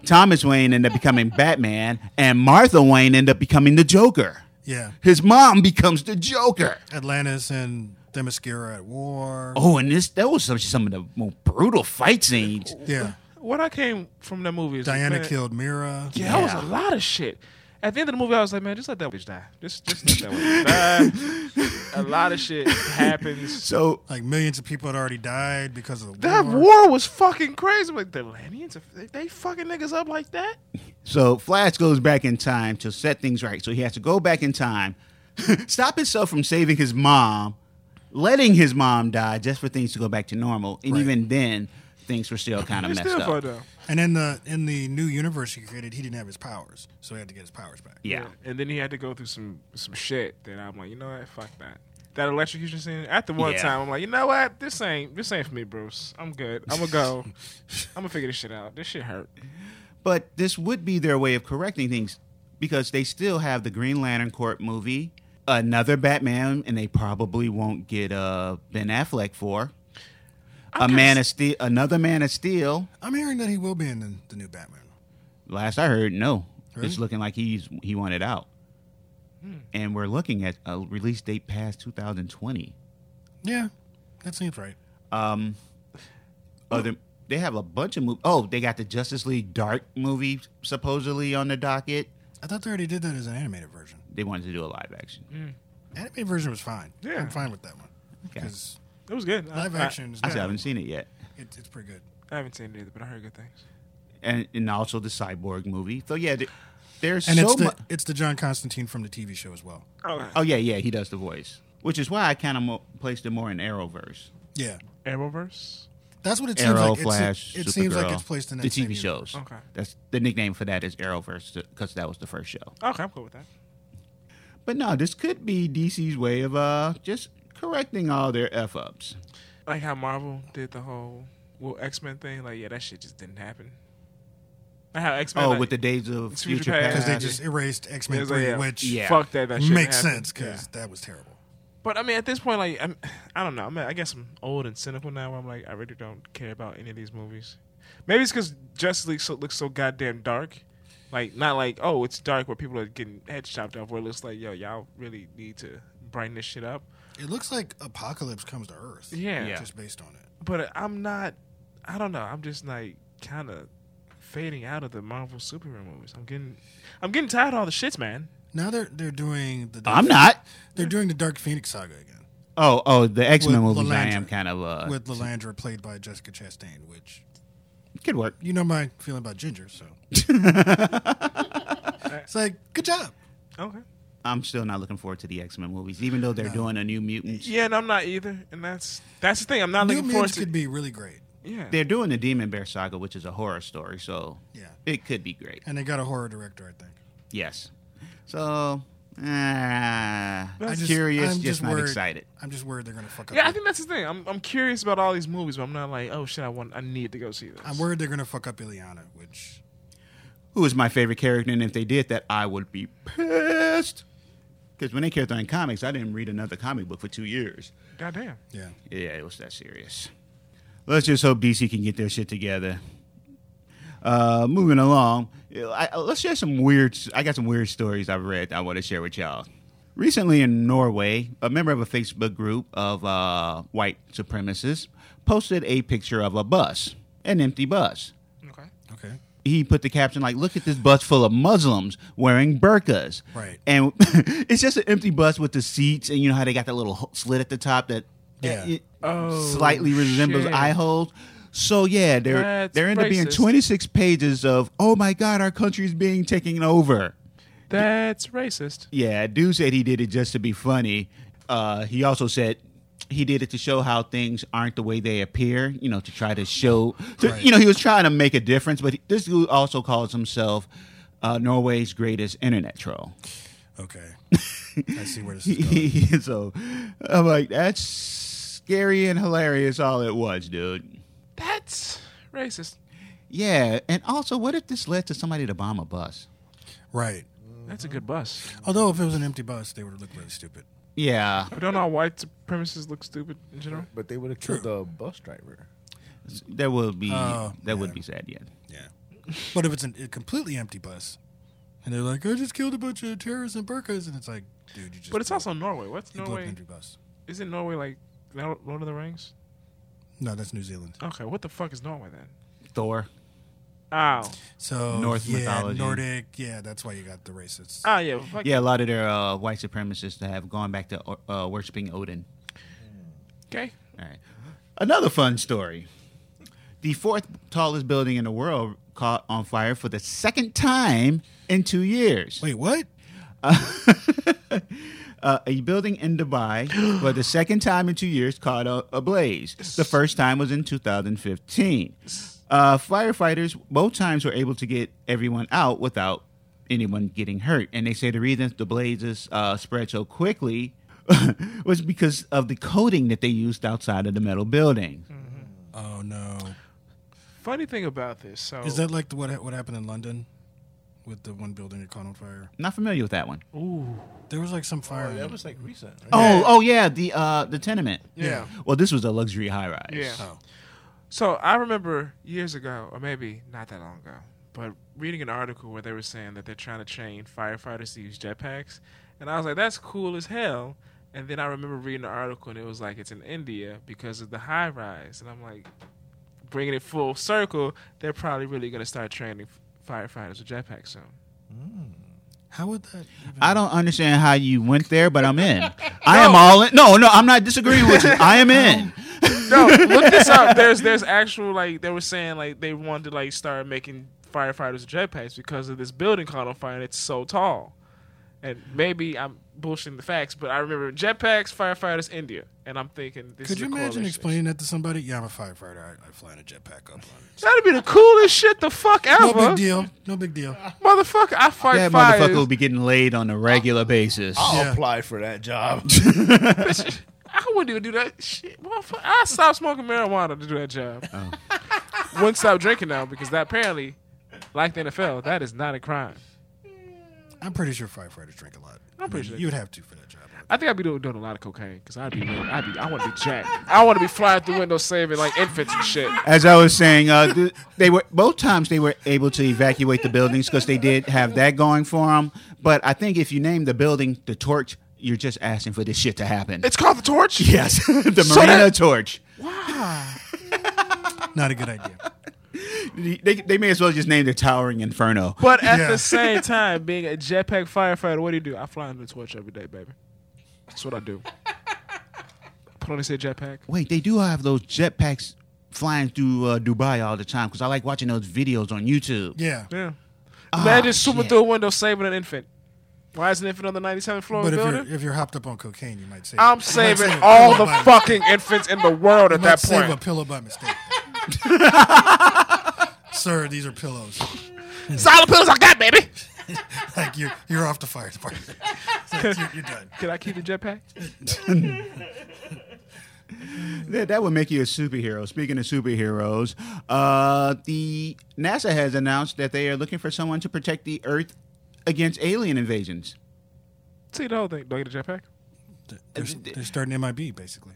S2: Thomas Wayne ended up becoming Batman, and Martha Wayne ended up becoming the Joker.
S1: Yeah.
S2: His mom becomes the Joker.
S1: Atlantis and Themyscira at war.
S2: Oh, and this that was some, some of the most brutal fight scenes.
S1: Yeah.
S3: What I came from that movie is
S1: Diana
S3: man,
S1: killed Mira.
S3: Yeah, that was a lot of shit. At the end of the movie, I was like, man, just let that bitch die. Just, just let that one die. a lot of shit happens.
S2: So
S1: Like millions of people had already died because of the
S3: That
S1: war.
S3: war was fucking crazy. Like the Atlanteans, they- they fucking niggas up like that.
S2: So Flash goes back in time to set things right. So he has to go back in time, stop himself from saving his mom, letting his mom die just for things to go back to normal. And
S1: Right.
S2: even then, things were still kind of
S3: It's
S2: messed
S3: still
S2: up.
S3: fucked up.
S1: And in the in the new universe he created, he didn't have his powers, so he had to get his powers back.
S2: Yeah.
S3: And then he had to go through some some shit that I'm like, you know what, fuck that. That electrocution scene. At the one
S2: Yeah.
S3: time, I'm like, you know what, this ain't this ain't for me, Bruce. I'm good. I'm gonna go. I'm gonna figure this shit out. This shit hurt.
S2: But this would be their way of correcting things because they still have the Green Lantern Corps movie, another Batman, and they probably won't get uh, Ben Affleck for. A man of steel, another man of steel.
S1: I'm hearing that he will be in the, the new Batman.
S2: Last I heard, no.
S1: Really?
S2: It's looking like he's he wanted out. And we're looking at a release date past 2020.
S1: Yeah, that seems right.
S2: Other they have a bunch of movies. Oh, they got the Justice League Dark movie supposedly on the docket.
S1: I thought they already did that as an animated version.
S2: They wanted to do a live action.
S1: Animated version was fine.
S3: Yeah.
S1: I'm fine with that one because
S3: It was good.
S1: live
S3: I,
S1: action is
S2: I still
S1: not,
S2: haven't seen it yet.
S1: it, it's pretty good.
S3: I, I haven't seen it either, but I heard good things.
S2: And and also the Cyborg movie. So yeah, there- there's
S1: And
S2: so
S1: it's the
S2: much.
S1: it's the John Constantine from the TV show as well.
S3: Okay.
S2: Oh yeah, yeah, he does the voice, which is why I kind of mo- placed it more in Arrowverse.
S1: Yeah,
S3: Arrowverse.
S1: that's what it seems
S2: Arrow,
S1: like. It's-
S2: Flash,
S1: it seems like
S2: Supergirl,
S1: it's placed in that
S2: the
S1: same
S2: TV
S1: universe.
S2: shows.
S3: Okay.
S2: that's the nickname for that is Arrowverse because that was the first show.
S3: Okay, I'm cool with that.
S2: But no, this could be DC's way of uh just correcting all their f ups.
S3: Like how Marvel did the whole well X Men thing. Like yeah, that shit just didn't happen. Like how X Men.
S2: Oh,
S3: like,
S2: with the days of
S3: It's
S2: future
S3: Future Past.
S1: because
S2: past.
S1: they
S3: Yeah.
S1: just erased X Men
S3: Yeah,
S1: Three,
S3: yeah.
S1: which
S2: Yeah.
S3: fuck that. That shouldn't
S1: makes
S3: happen.
S1: sense
S3: Yeah.
S1: because that was terrible.
S3: But I mean, at this point, like I'm, I don't know. I mean, I guess I'm old and cynical now. Where I'm like, I really don't care about any of these movies. Maybe it's because Justice League so, looks so goddamn dark. Like, not like, oh, it's dark where people are getting head chopped off. Where it looks like, yo, y'all really need to brighten this shit up.
S1: It looks like Apocalypse comes to Earth.
S3: Yeah. Yeah.
S1: just based on it.
S3: But I'm not. I don't know. I'm just like kind of fading out of the Marvel superhero movies. I'm getting, I'm getting tired of all the shits, man.
S1: Now they're they're doing the
S2: I'm not.
S1: they're doing the Dark Phoenix saga again
S2: Oh, oh, the X Men
S1: With
S2: movies. I
S1: Lalandra.
S2: am kind of uh
S1: with Lalandra played by Jessica Chastain, which
S2: could work.
S1: you know my feeling about Ginger, so it's like good job.
S3: Okay.
S2: I'm still not looking forward to the X Men movies, even though they're doing a New Mutants.
S3: Yeah, and I'm not either. And that's that's the thing. I'm not
S1: New
S3: looking forward
S1: Mutants
S3: to.
S1: could be really great.
S3: yeah.
S2: They're doing the Demon Bear Saga, which is a horror story, so
S1: Yeah.
S2: it could be great.
S1: And they got a horror director, I think.
S2: Yes. So, ah,
S1: I
S2: curious,
S1: I'm
S2: just, not
S1: worried-
S2: excited.
S1: I'm just worried they're gonna fuck up.
S3: Yeah, I think that's the thing. I'm I'm curious about all these movies, but I'm not like, oh shit, I want, I need to go see this.
S1: I'm worried they're gonna fuck up Ileana, which
S2: who is my favorite character, and if they did that, I would be pissed. Because when they character in comics, I didn't read another comic book for two years.
S3: Goddamn.
S1: yeah.
S2: Yeah, it was that serious. Let's just hope DC can get their shit together. Uh, moving along, I, I- let's share some weird. I got some weird stories I've read. that I want to share with y'all. Recently in Norway, a member of a Facebook group of uh, white supremacists posted a picture of a bus, an empty bus
S3: Okay.
S1: Okay.
S2: he put the caption like, "Look at this bus full of Muslims wearing burqas."
S1: Right.
S2: And it's just an empty bus with the seats, and you know how they got that little ho- slit at the top that
S1: Yeah.
S2: it
S3: Oh,
S2: slightly resembles
S3: shit.
S2: eye holes. So yeah, there
S3: That's
S2: there end up being
S3: racist.
S2: twenty six pages of oh my god, our country is being taken over.
S3: That's racist.
S2: Yeah, dude said he did it just to be funny. Uh, he also said he did it to show how things aren't the way they appear. You know, to try to show. to-
S1: Right.
S2: You know, he was trying to make a difference. But this dude also calls himself uh, Norway's greatest internet troll.
S1: Okay. I see where this is going.
S2: so I'm like, that's scary and hilarious. All it was, dude.
S3: That's racist.
S2: Yeah, and also, what if this led to somebody to bomb a bus?
S1: Right.
S3: That's a good bus.
S1: Although if it was an empty bus, they would look really stupid.
S2: Yeah.
S3: But don't all white supremacists look stupid in general?
S4: But they would have killed the bus driver.
S2: That would be
S1: Oh,
S2: that would be sad, yeah.
S1: Yeah. But if it's an, a completely empty bus, and they're like, "I just killed a bunch of terrorists in burkas," and it's like, dude, you just
S3: But it's
S1: blew-
S3: also Norway. What's
S1: you blew up an
S3: Norway?
S1: empty bus.
S3: Isn't Norway like Lord of the Rings?
S1: No, that's New Zealand.
S3: Okay, what the fuck is Norway then?
S2: Thor.
S3: Oh,
S1: So
S2: Norse
S1: yeah,
S2: mythology.
S1: Nordic. Yeah, that's why you got the racists.
S3: oh yeah, well, fuck
S2: Yeah, a lot of their uh, white supremacists that have gone back to uh, worshiping Odin.
S3: Okay,
S2: All right. Another fun story. The fourth tallest building in the world caught on fire for the second time in two years.
S1: Wait, what?
S2: Uh, a building in Dubai for the second time in two years caught a, ablaze. The first time was in 2015. Uh, firefighters both times were able to get everyone out without anyone getting hurt. And they say the reason the blazes uh, spread so quickly was because of the coating that they used outside of the metal building.
S1: Oh no!
S3: funny thing about this. So
S4: Oh.
S1: Is that like the, what ha- what happened in London with the one building that caught on fire?
S2: Not familiar with that one.
S1: There was like some fire.
S4: Oh,
S1: in
S4: that
S1: it.
S4: was like recent. Right?
S2: Oh, oh yeah, the uh, the tenement.
S3: yeah.
S2: Well, this was a luxury high rise.
S3: Yeah.
S1: Oh.
S3: So I remember years ago, or maybe not that long ago, but reading an article where they were saying that they're trying to train firefighters to use jetpacks, and I was like, that's cool as hell. And then I remember reading the article, and it was like it's in India because of the high rise, and I'm like, bringing it full circle, they're probably really going to start training f- firefighters with jetpacks soon.
S1: How would that? Even...
S2: I don't understand how you went there, but I'm in. I am all in. No, no, I'm not disagreeing with you. I am in.
S3: No, look this up. There's there's actual like they were saying like they wanted to like start making firefighters jetpacks because of this building caught on fire and it's so tall. And maybe I'm bullshitting the facts, but I remember jetpacks, firefighters, India, and I'm thinking this.
S1: Could
S3: is
S1: you
S3: a
S1: imagine
S3: correlation.
S1: explaining that to somebody? Yeah, I'm a firefighter. I, I fly in a jetpack up on.
S3: That'd be the coolest shit the fuck
S1: No
S3: ever,
S1: big deal. No big deal.
S3: motherfucker. I fight
S2: That motherfucker will
S3: fires. Oh.
S2: be getting laid on a regular basis.
S4: I'll
S1: Yeah.
S4: apply for that job.
S3: I wouldn't even do that shit. Motherfucker, I stopped smoking marijuana to do that job.
S1: Oh.
S3: Wouldn't stop drinking now because that apparently, like the NFL, that is not a crime.
S1: I'm pretty sure firefighters drink a lot. I'm
S3: pretty sure they
S1: you would have to for that job.
S3: I think I'd be doing, doing a lot of cocaine because I'd be, I'd be, I want to be jacked. I want to be flying through windows saving like infants and shit.
S2: As I was saying, uh, th- they were both times they were able to evacuate the buildings because they did have that going for them. But I think if you name the building the torch, you're just asking for this shit to happen.
S3: It's called the torch.
S2: yes, the
S3: So
S2: Marina
S3: that-
S2: torch.
S1: Not a good idea.
S2: They, they may as well just name the towering inferno.
S3: But at
S1: Yeah.
S3: the same time, being a jetpack firefighter, what do you do? I fly under the torch every day, baby. That's what I do. Put on this here jetpack.
S2: Wait, they do have those jetpacks flying through uh, Dubai all the time because I like watching those videos on YouTube.
S1: Yeah.
S3: Yeah. Imagine swooping
S2: shit.
S3: through a window saving an infant. Why is an infant on the 97th floor of
S1: But
S3: the
S1: if
S3: building?
S1: you're if you're hopped up on cocaine, you might save.
S3: I'm
S1: you might
S3: saving
S1: save a
S3: all
S1: pillow
S3: the
S1: by-
S3: fucking infants in the world at
S1: you might
S3: that
S1: save a
S3: point.
S1: pillow by mistake. Sir, these are pillows.
S3: It's all the pills I got, baby.
S1: Like you're you're off the fire department. It's like, you're, you're done.
S3: Can I keep the jetpack?
S2: That, that would make you a superhero. Speaking of superheroes, uh, the NASA has announced that they are looking for someone to protect the Earth against alien invasions.
S3: See the whole thing. Do I get a jetpack?
S1: They're, they're starting MIB basically.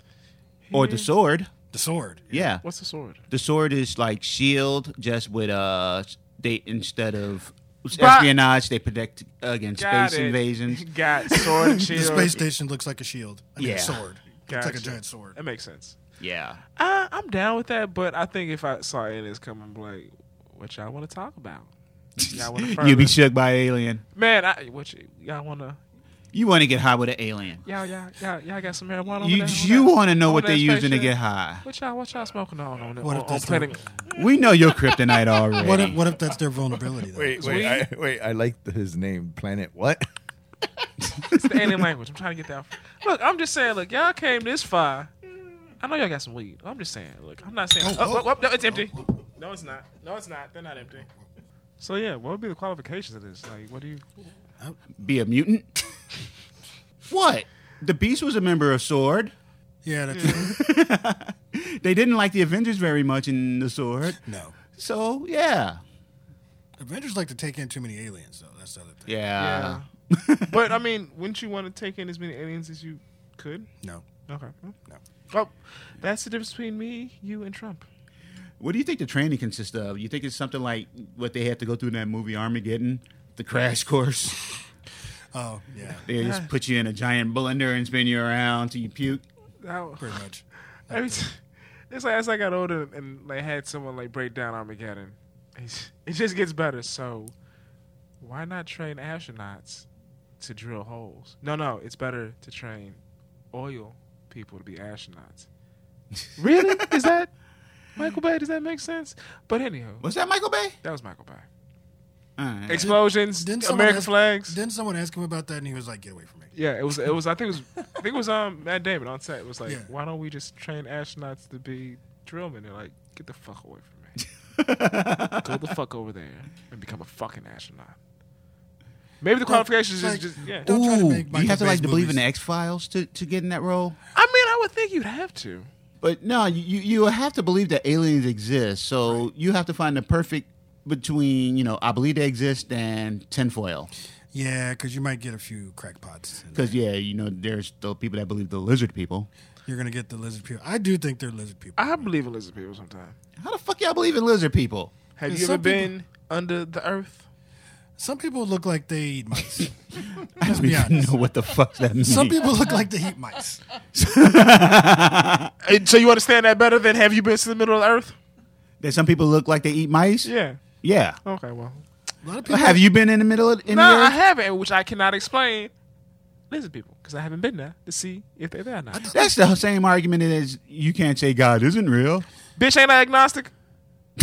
S2: Or the sword.
S1: The sword.
S2: Yeah.
S3: What's the sword?
S2: The sword is like shield, just with uh they instead of
S3: But-
S2: espionage, they protect against
S3: Got
S2: space
S3: it.
S2: invasions.
S3: Got sword and shield.
S1: The space station looks like a shield. I mean,
S2: Yeah.
S1: a sword. It's like a
S3: Gotcha.
S1: giant sword.
S3: That makes sense.
S2: Yeah.
S3: Uh, I'm down with that, but I think if I saw aliens come, I'm like, what y'all want to talk about? Y'all want to
S2: You'd be shook by alien.
S3: Man, I, what y- y'all want to?
S2: You want to get high with an alien.
S3: Y'all, y'all, y'all, y'all got some marijuana? over
S2: You
S3: there, over
S2: you
S3: there?
S2: want to know
S3: Over
S2: what
S3: there,
S2: they're using to
S3: spaceship?
S2: get high.
S3: What y'all, what y'all smoking on on,
S1: What if
S3: on, on
S1: that's
S3: planet?
S2: We know your kryptonite already.
S1: What if, what if that's their vulnerability? Though?
S4: wait, wait, I, wait! I like the, his name, Planet What?
S3: It's the alien language. I'm trying to get that. Look, I'm just saying. Look, y'all came this far. I know y'all got some weed. I'm just saying. Look, I'm not saying. Oh, oh, oh, no, it's empty. No, it's not. No, it's not. They're not empty. So yeah, what would be the qualifications of this? Like, what do you?
S2: be a mutant? what? The Beast was a member of Sword.
S1: Yeah, that's
S2: They didn't like the Avengers very much in the Sword.
S1: no.
S2: So yeah,
S1: Avengers like to take in too many aliens, though. That's the other thing.
S2: Yeah.
S3: but I mean, wouldn't you want to take in as many aliens as you could?
S1: No.
S3: Okay.
S1: No.
S3: Well, that's the difference between me, you, and Trump.
S2: What do you think the training consists of? You think it's something like what they had to go through in that movie Armageddon, the crash course?
S1: Oh, yeah.
S2: They just put you in a giant blender and spin you around till you puke.
S3: That-
S1: Pretty much.
S3: Every t- it's like as I got older and, like had someone like break down Armageddon, it's, it just gets better. So why not train astronauts to drill holes? No, no, it's better to train oil people to be astronauts. really? Is that Michael Bay? Does that make sense? But anyhow,
S2: Was that Michael Bay?
S3: that was Michael Bay.
S2: All right.
S3: Explosions,
S1: Didn't someone
S3: American
S1: ask-
S3: flags.
S1: Then someone asked him about that, and he was like, "Get away from me."
S3: yeah, it was. It was. I think it was. I think it was um Matt Damon on set. It was like,
S1: Yeah.
S3: why don't we just train astronauts to be drillmen? They're like, get the fuck away from me. go the fuck over there and become a fucking astronaut. Maybe the qualifications is
S1: like-
S3: just yeah.
S1: Don't try to
S2: Ooh, do
S1: make
S2: you
S1: Michael
S2: have to
S1: Bay's
S2: like to believe in
S1: movies.
S2: the X Files to, to get in that role?
S3: I mean, I would think you'd have to.
S2: But no, you you have to believe that aliens exist. So you have to find the perfect between you know I believe they exist and tinfoil.
S1: Yeah, because you might get a few crackpots. in there.
S2: Because yeah, you know there's the people that believe the lizard people.
S1: You're gonna get the lizard people. I do think they're lizard people.
S3: I believe in lizard people sometimes.
S2: How the fuck y'all believe in lizard people?
S3: Have
S1: There's
S3: you ever
S1: some people-
S3: been under the earth?
S1: Some people look like they eat mice.
S2: I don't
S1: be
S2: even
S1: honest.
S2: know what the fuck that means.
S1: Some people look like they eat mice.
S3: Uh, So you understand that better than have you been to the middle of the earth?
S2: that some people look like they eat mice.
S3: Yeah.
S2: Yeah.
S3: Okay. Well,
S1: A lot of people.
S2: Have you been in the middle of in
S3: no,
S2: the
S3: I
S2: earth?
S3: haven't, which I cannot explain. Lizard people, because I haven't been there to see if they're there or not.
S2: That's the same argument as you can't say God isn't real.
S3: Bitch, ain't I agnostic?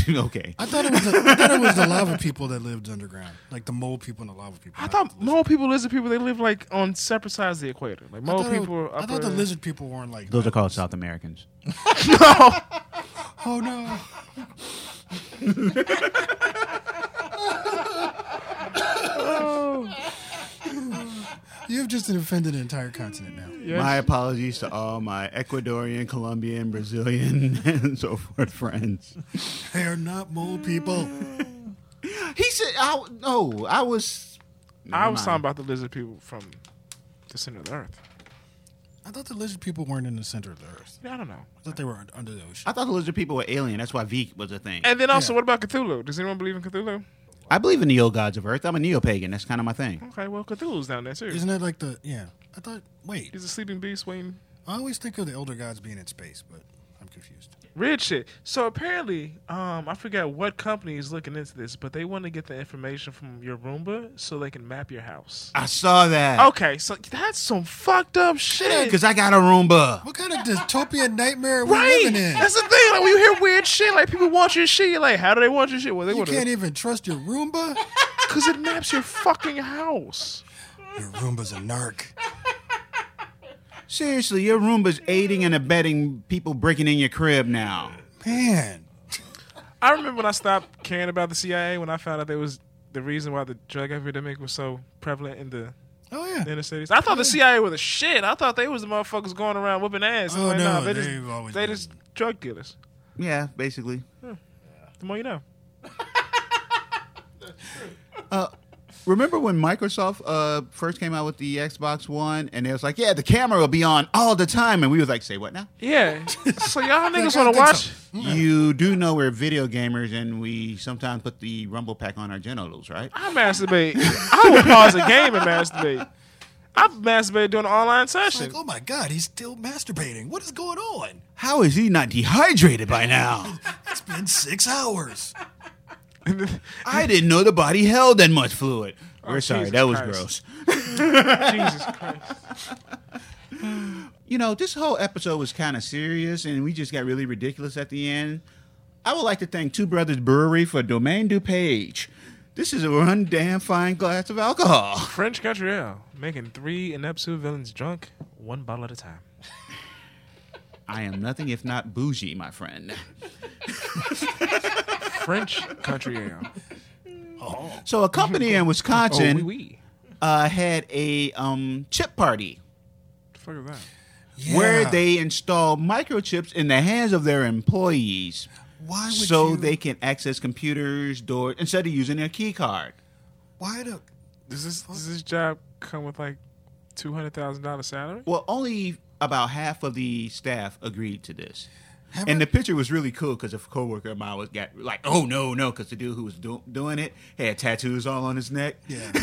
S2: okay.
S1: I thought it was. The, I thought it was the lava people that lived underground, like the mole people and the lava people.
S3: I
S1: not
S3: thought
S1: the lizard-
S3: mole people, lizard people, they live like on separate sides of the equator. Like
S1: I
S3: mole
S1: thought it
S3: people.
S1: was-
S3: are
S1: I thought the
S3: upper-
S1: lizard people weren't like.
S2: Those are called South Americans.
S3: No.
S1: Oh no! You've just offended an entire continent now.
S3: Yes.
S2: My apologies to all my Ecuadorian, Colombian, Brazilian, and so forth friends.
S1: They are not mole people.
S2: He said, "I no, I was."
S3: I was talking about the lizard people from the center of the earth.
S1: I thought the lizard people weren't in the center of the earth.
S3: Yeah, I don't know.
S1: I thought they were un- under the ocean.
S2: I thought the lizard people were alien. That's why Veek was a thing.
S3: And then also, what about Cthulhu? Does anyone believe in Cthulhu?
S2: I believe in the old gods of Earth. I'm a neo pagan. That's kind of my thing.
S3: Okay, well, Cthulhu's down there too.
S1: Isn't that like the yeah? I thought. Wait,
S3: He's a sleeping beast waiting.
S1: I always think of the older gods being in space, but I'm confused.
S3: Weird shit. So apparently, um, I forget what company is looking into this, but they want to get the information from your Roomba so they can map your house.
S2: I saw that
S3: Okay, so that's some fucked up shit.
S2: because I got a Roomba.
S1: What kind of dystopian nightmare are we
S3: right?
S1: living in?
S3: That's the thing. Like when you hear weird shit, like people want your shit, you're like, how do they want your shit? Well, they
S1: You
S3: want
S1: can't e-
S3: it
S1: even trust your Roomba.
S3: because it maps your fucking house.
S1: Your Roomba's a narc.
S2: Seriously, your Roomba's aiding and abetting people breaking in your crib now.
S1: Man,
S3: I remember when I stopped caring about the CIA when I found out there was the reason why the drug epidemic was so prevalent in the
S1: oh yeah.
S3: inner cities. I thought the CIA were the shit. I thought they was the motherfuckers going around whooping ass.
S1: Oh,
S3: like,
S1: no,
S3: nah, they
S1: they've
S3: just,
S1: always
S3: they
S1: been.
S3: just drug dealers.
S2: Yeah, basically.
S3: The more you know.
S2: Remember when Microsoft uh, first came out with the Xbox One, and they was like, "Yeah, the camera will be on all the time," and we was like, "Say what now?"
S3: Yeah. so y'all niggas
S1: I think
S3: want to watch?
S1: so.
S2: You do know we're video gamers, and we sometimes put the Rumble Pack on our genitals, right?
S3: I masturbate. I would pause a game and masturbate. I masturbate during an online
S1: It's
S3: session.
S1: like, oh my God, he's still masturbating. What is going on?
S2: How is he not dehydrated by now?
S1: It's been six hours.
S2: I didn't know the body held that much fluid. We're sorry,
S3: Jesus
S2: that was
S3: Christ.
S2: gross.
S1: oh,
S3: Jesus Christ.
S2: You know, this whole episode was kind of serious, and we just got really ridiculous at the end. I would like to thank Two Brothers Brewery for Domaine du Page. This is a one damn fine glass of alcohol.
S3: French country ale, making three ineptu villains drunk, one bottle at a time.
S2: I am nothing if not bougie, my friend.
S3: French country ale.
S2: So a company in
S3: Oh, wee
S2: Wisconsin
S3: wee.
S2: uh, had a um, chip party
S3: The fuck is that?
S1: Yeah.
S2: where they installed microchips in the hands of their employees.
S1: Why would
S2: so
S1: you-
S2: they can access computers, doors instead of using their key card.
S1: Why the?
S3: Does this does this job come with like two hundred thousand dollars salary?
S2: Well, only about half of the staff agreed to this.
S1: Have
S2: and
S1: I-
S2: the picture was really cool because a coworker of mine was got like, "Oh no, no!" Because the dude who was do- doing it had tattoos all on his neck.
S1: Yeah.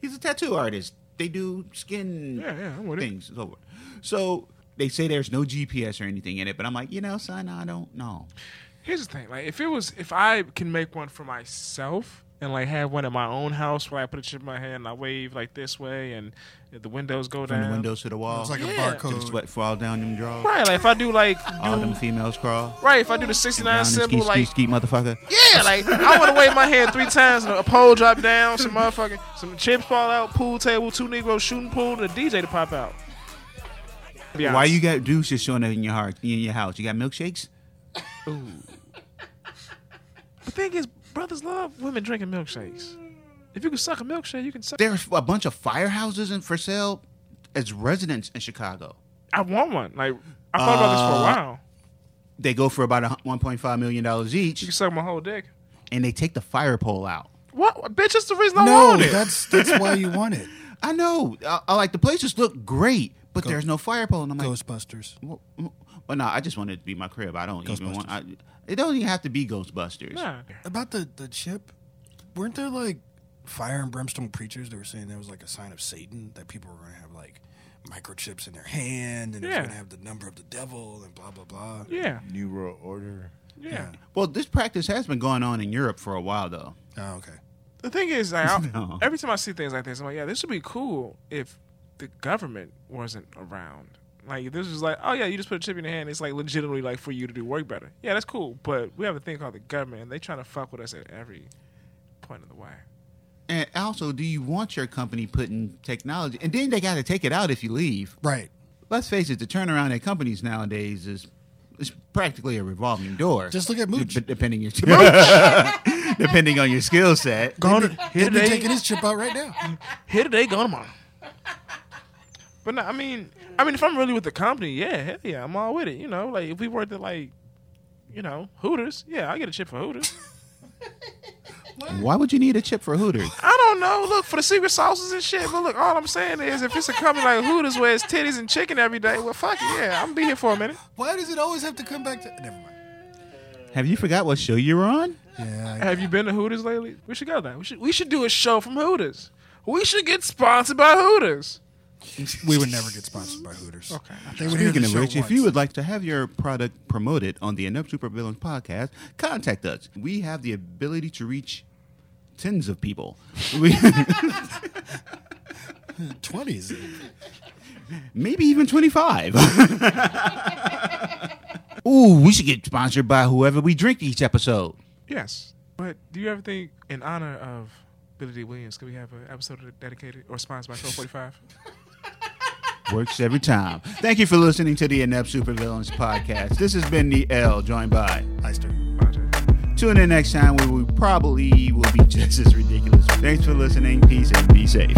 S2: He's a tattoo artist. They do skin
S3: Yeah, yeah, I'm with it.
S2: things. Over. So they say there's no GPS or anything in it, but I'm like, you know, son, I don't know.
S3: Here's the thing: like, if it was, if I can make one for myself and like have one in my own house where I put a chip in my hand and I wave like this way and the windows go
S2: From the
S3: down.
S2: windows to the wall,
S1: It's like
S3: Oh, Yeah.
S1: a
S2: to the
S1: barcode.
S2: sweat fall down them drawers.
S3: Right, like if I do like
S2: All
S3: do,
S2: them females crawl.
S3: right, if I do the sixty
S2: Down
S3: nine
S2: and
S3: symbol,
S2: ski, ski,
S3: like
S2: ski, motherfucker.
S3: yeah, like I want to wave my hand three times and a pole drop down, some motherfucking some chips fall out, pool table, two Negroes shooting pool, and a DJ to pop out. Be
S2: Why
S3: honest.
S2: you got dudes just showing up in your heart in your house? You got milkshakes?
S3: The thing is, brothers love women drinking milkshakes. If you can suck a milkshake, you can suck.
S2: There's a bunch of firehouses in for sale as residents in Chicago.
S3: I want one. Like I thought about this for a
S2: Uh,
S3: while.
S2: They go for about a hun- 1.5 million dollars
S3: You can
S2: each,
S3: suck my whole dick.
S2: and they take the fire pole out.
S3: What, bitch? That's the reason I
S1: No,
S3: want it.
S1: that's that's why you want it.
S2: I know. I, I like the places look great, but there's no fire pole, and I'm like,
S1: Ghostbusters.
S2: well, well, no, I just want it to be my crib. I don't even want. I,
S1: Ghostbusters.
S2: it don't even have to be Ghostbusters.
S3: Nah.
S1: About the the chip, weren't there like fire and brimstone preachers that were saying that was like a sign of Satan that people were going to have like microchips in their hand and they
S3: Yeah.
S1: going to have the number of the devil and blah blah blah.
S3: Yeah.
S4: New World Order.
S3: Yeah.
S2: Well, this practice has been going on in Europe for a while, though.
S1: Oh, okay.
S3: The thing is, like, I-
S2: No.
S3: every time I see things like this, I'm like, yeah, this would be cool if the government wasn't around. Like, this is like, oh yeah, you just put a chip in your hand. It's like legitimately like for you to do work better. Yeah, that's cool. But we have a thing called the government, and they trying to fuck with us at every point of the way.
S2: And also, do you want your company putting technology? And then they got to take it out if you leave.
S1: Right.
S2: Let's face it, the turnaround at companies nowadays is is practically a revolving door.
S1: Just look at Mooch.
S2: Dep- depending your depending on your skill set.
S3: Gone to,
S1: He'll
S3: here
S1: be
S3: today,
S1: taking his chip out right now.
S3: here today, gone tomorrow. But no, I mean, I mean, if I'm really with the company, yeah, hell yeah, I'm all with it. You know, like if we worked at like, you know, Hooters, yeah, I get a chip for Hooters.
S2: Why would you need a chip for Hooters?
S3: I don't know. Look for the secret sauces and shit. But look, all I'm saying is, if it's a company like Hooters where it's titties and chicken every day, well, fuck it, yeah, I'm gonna be here for a minute.
S1: Why does it always have to come back to? Never mind.
S2: Have you forgot what show you were on?
S1: Yeah.
S3: Have you been to Hooters lately? We should go there. We should we should do a show from Hooters. We should get sponsored by
S1: I-
S3: Hooters.
S1: we would never get sponsored by Hooters. Okay. They would hear
S2: Speaking
S1: the
S2: of
S1: show
S2: which,
S1: once.
S2: if you would like to have your product promoted on the Enough Super Villains podcast, contact us. We have the ability to reach tens of people. We,
S1: twenties,
S2: maybe even 25. Ooh, we should get sponsored by whoever we drink each episode.
S3: Yes, but do you ever think, in honor of Billy D. Williams, could we have an episode dedicated or sponsored by Show 45?
S2: Works every time. Thank you for listening to the Inept Supervillains podcast. This has been the L, joined by.
S1: Heister.
S2: Tune in next time where we probably will be just as ridiculous. Thanks for listening. Peace and be safe.